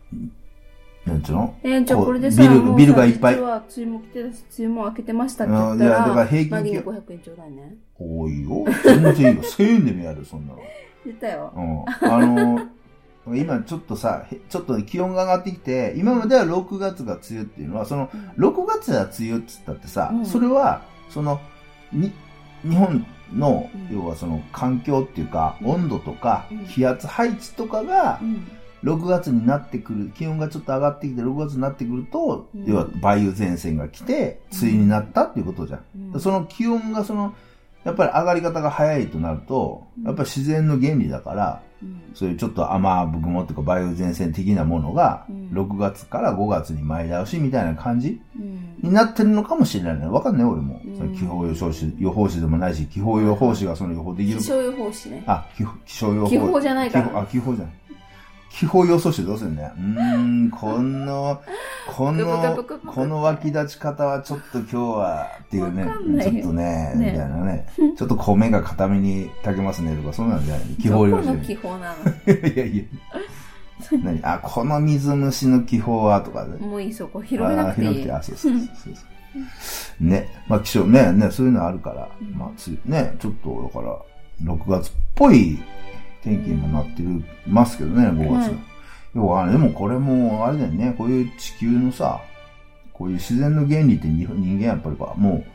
[SPEAKER 2] なんちゅうの
[SPEAKER 1] えー、じゃあこれでさ、
[SPEAKER 2] ビル
[SPEAKER 1] もうさ
[SPEAKER 2] ビルがいっぱい
[SPEAKER 1] 実は梅雨も来てたし、梅雨も明けてましたって言
[SPEAKER 2] あ
[SPEAKER 1] っ
[SPEAKER 2] い
[SPEAKER 1] た
[SPEAKER 2] や、だ
[SPEAKER 1] ら、
[SPEAKER 2] から平
[SPEAKER 1] マギに
[SPEAKER 2] 均気温。
[SPEAKER 1] 500円ちょうだいね。
[SPEAKER 2] 多いよ。全然いいよ。1000円で もやる、そんなの。
[SPEAKER 1] 言ったよ。
[SPEAKER 2] うん。あの、今ちょっとさ、へちょっと気温が上がってきて、今までは6月が梅雨っていうのは、その、6月は梅雨っつったってさ、
[SPEAKER 1] うん
[SPEAKER 2] それはそのに日本の
[SPEAKER 1] うん
[SPEAKER 2] 要はその環境っていうか、温度とか
[SPEAKER 1] うん
[SPEAKER 2] 気圧配置とかが
[SPEAKER 1] うん。
[SPEAKER 2] 6月になってくる気温がちょっと上がってきて6月になってくると、
[SPEAKER 1] うん
[SPEAKER 2] 要は梅雨前線が来て
[SPEAKER 1] うん
[SPEAKER 2] 梅雨になったっていうことじゃん、
[SPEAKER 1] うん
[SPEAKER 2] その気温がそのやっぱり上がり方が早いとなると
[SPEAKER 1] うん
[SPEAKER 2] やっぱり自然の原理だから
[SPEAKER 1] うん
[SPEAKER 2] そういうちょっと雨雲っていうか梅雨前線的なものが
[SPEAKER 1] うん
[SPEAKER 2] 6月から5月に前倒しみたいな感じ、
[SPEAKER 1] うん
[SPEAKER 2] になってるのかもしれないね。わかんない、俺も。
[SPEAKER 1] うん
[SPEAKER 2] その気象予報士、予報士でもないし、気象予報士がその予報でき
[SPEAKER 1] 気
[SPEAKER 2] る。
[SPEAKER 1] 象予報士ね。
[SPEAKER 2] あ、気気象予報
[SPEAKER 1] 気泡じゃないか
[SPEAKER 2] 気泡あ、
[SPEAKER 1] ら。
[SPEAKER 2] 気泡じゃない。気泡予想士どうするね。うーん、この、この、この湧き立ち方はちょっと今日は、っていうね
[SPEAKER 1] わかん。ないよ
[SPEAKER 2] ちょっとね、み
[SPEAKER 1] ね
[SPEAKER 2] たいなね。ちょっと米が固めに炊けますねとか、そんなんじゃない気泡
[SPEAKER 1] ど
[SPEAKER 2] 予
[SPEAKER 1] こ
[SPEAKER 2] 想
[SPEAKER 1] の
[SPEAKER 2] 士。
[SPEAKER 1] 気泡ない
[SPEAKER 2] やいや。何あ、この水虫の気泡は、とかね
[SPEAKER 1] のもういい、そこ広げなくて
[SPEAKER 2] あー
[SPEAKER 1] い
[SPEAKER 2] 広
[SPEAKER 1] い。
[SPEAKER 2] あ、そうそうそうそうそう。ね。まあ、気象ね、ね、そういうのあるから、
[SPEAKER 1] うん
[SPEAKER 2] まあ、つね、ちょっと、だから、6月っぽい天気にもなってる、ますけどね、5
[SPEAKER 1] は
[SPEAKER 2] 月。
[SPEAKER 1] い
[SPEAKER 2] 要は、でもこれも、あれだよね、こういう地球のさ、こういう自然の原理ってに人間やっぱりこうもう、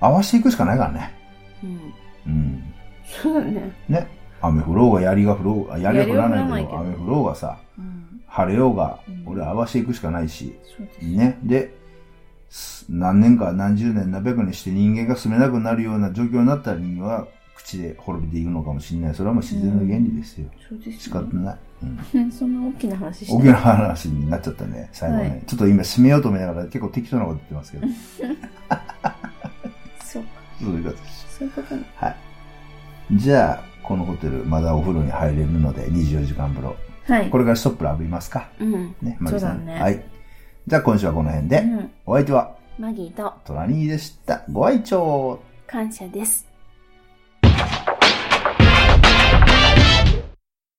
[SPEAKER 2] 合わせていくしかないからね。
[SPEAKER 1] うん。
[SPEAKER 2] うん。
[SPEAKER 1] そうだね。
[SPEAKER 2] ね。雨降ろうが、槍が降ろうが、槍は降らないけ
[SPEAKER 1] 槍
[SPEAKER 2] ど、
[SPEAKER 1] は降らない
[SPEAKER 2] 雨
[SPEAKER 1] けど
[SPEAKER 2] 降ろうがさ、
[SPEAKER 1] うん。
[SPEAKER 2] 晴れようが
[SPEAKER 1] うん、
[SPEAKER 2] 俺は合わせていくしかないし、
[SPEAKER 1] そうです。
[SPEAKER 2] ね。で、す何年か何十年何百年して人間が住めなくなるような状況になったら人間は口で滅びていくのかもしれない。それはもう自然の原理ですよ。
[SPEAKER 1] そうです
[SPEAKER 2] 仕
[SPEAKER 1] よ
[SPEAKER 2] 方
[SPEAKER 1] ね。
[SPEAKER 2] ない。うん。
[SPEAKER 1] ねそんな大きな話して
[SPEAKER 2] 大きな話になっちゃったね、最後ね。
[SPEAKER 1] はい
[SPEAKER 2] ちょっと今締めようと思いながら結構適当なこと言ってますけど。
[SPEAKER 1] そうか。
[SPEAKER 2] そういうことです。
[SPEAKER 1] そういうことね。
[SPEAKER 2] はい。じゃあ、このホテル、まだお風呂に入れるので、24時間風呂。
[SPEAKER 1] はい。
[SPEAKER 2] これからストップラ浴びますか。
[SPEAKER 1] うん。
[SPEAKER 2] ね、マギさん。
[SPEAKER 1] そうだね
[SPEAKER 2] はい。じゃあ、今週はこの辺で。
[SPEAKER 1] うん。
[SPEAKER 2] お相手は、
[SPEAKER 1] マギーと
[SPEAKER 2] トラニーでした。ご愛聴
[SPEAKER 1] 感謝です。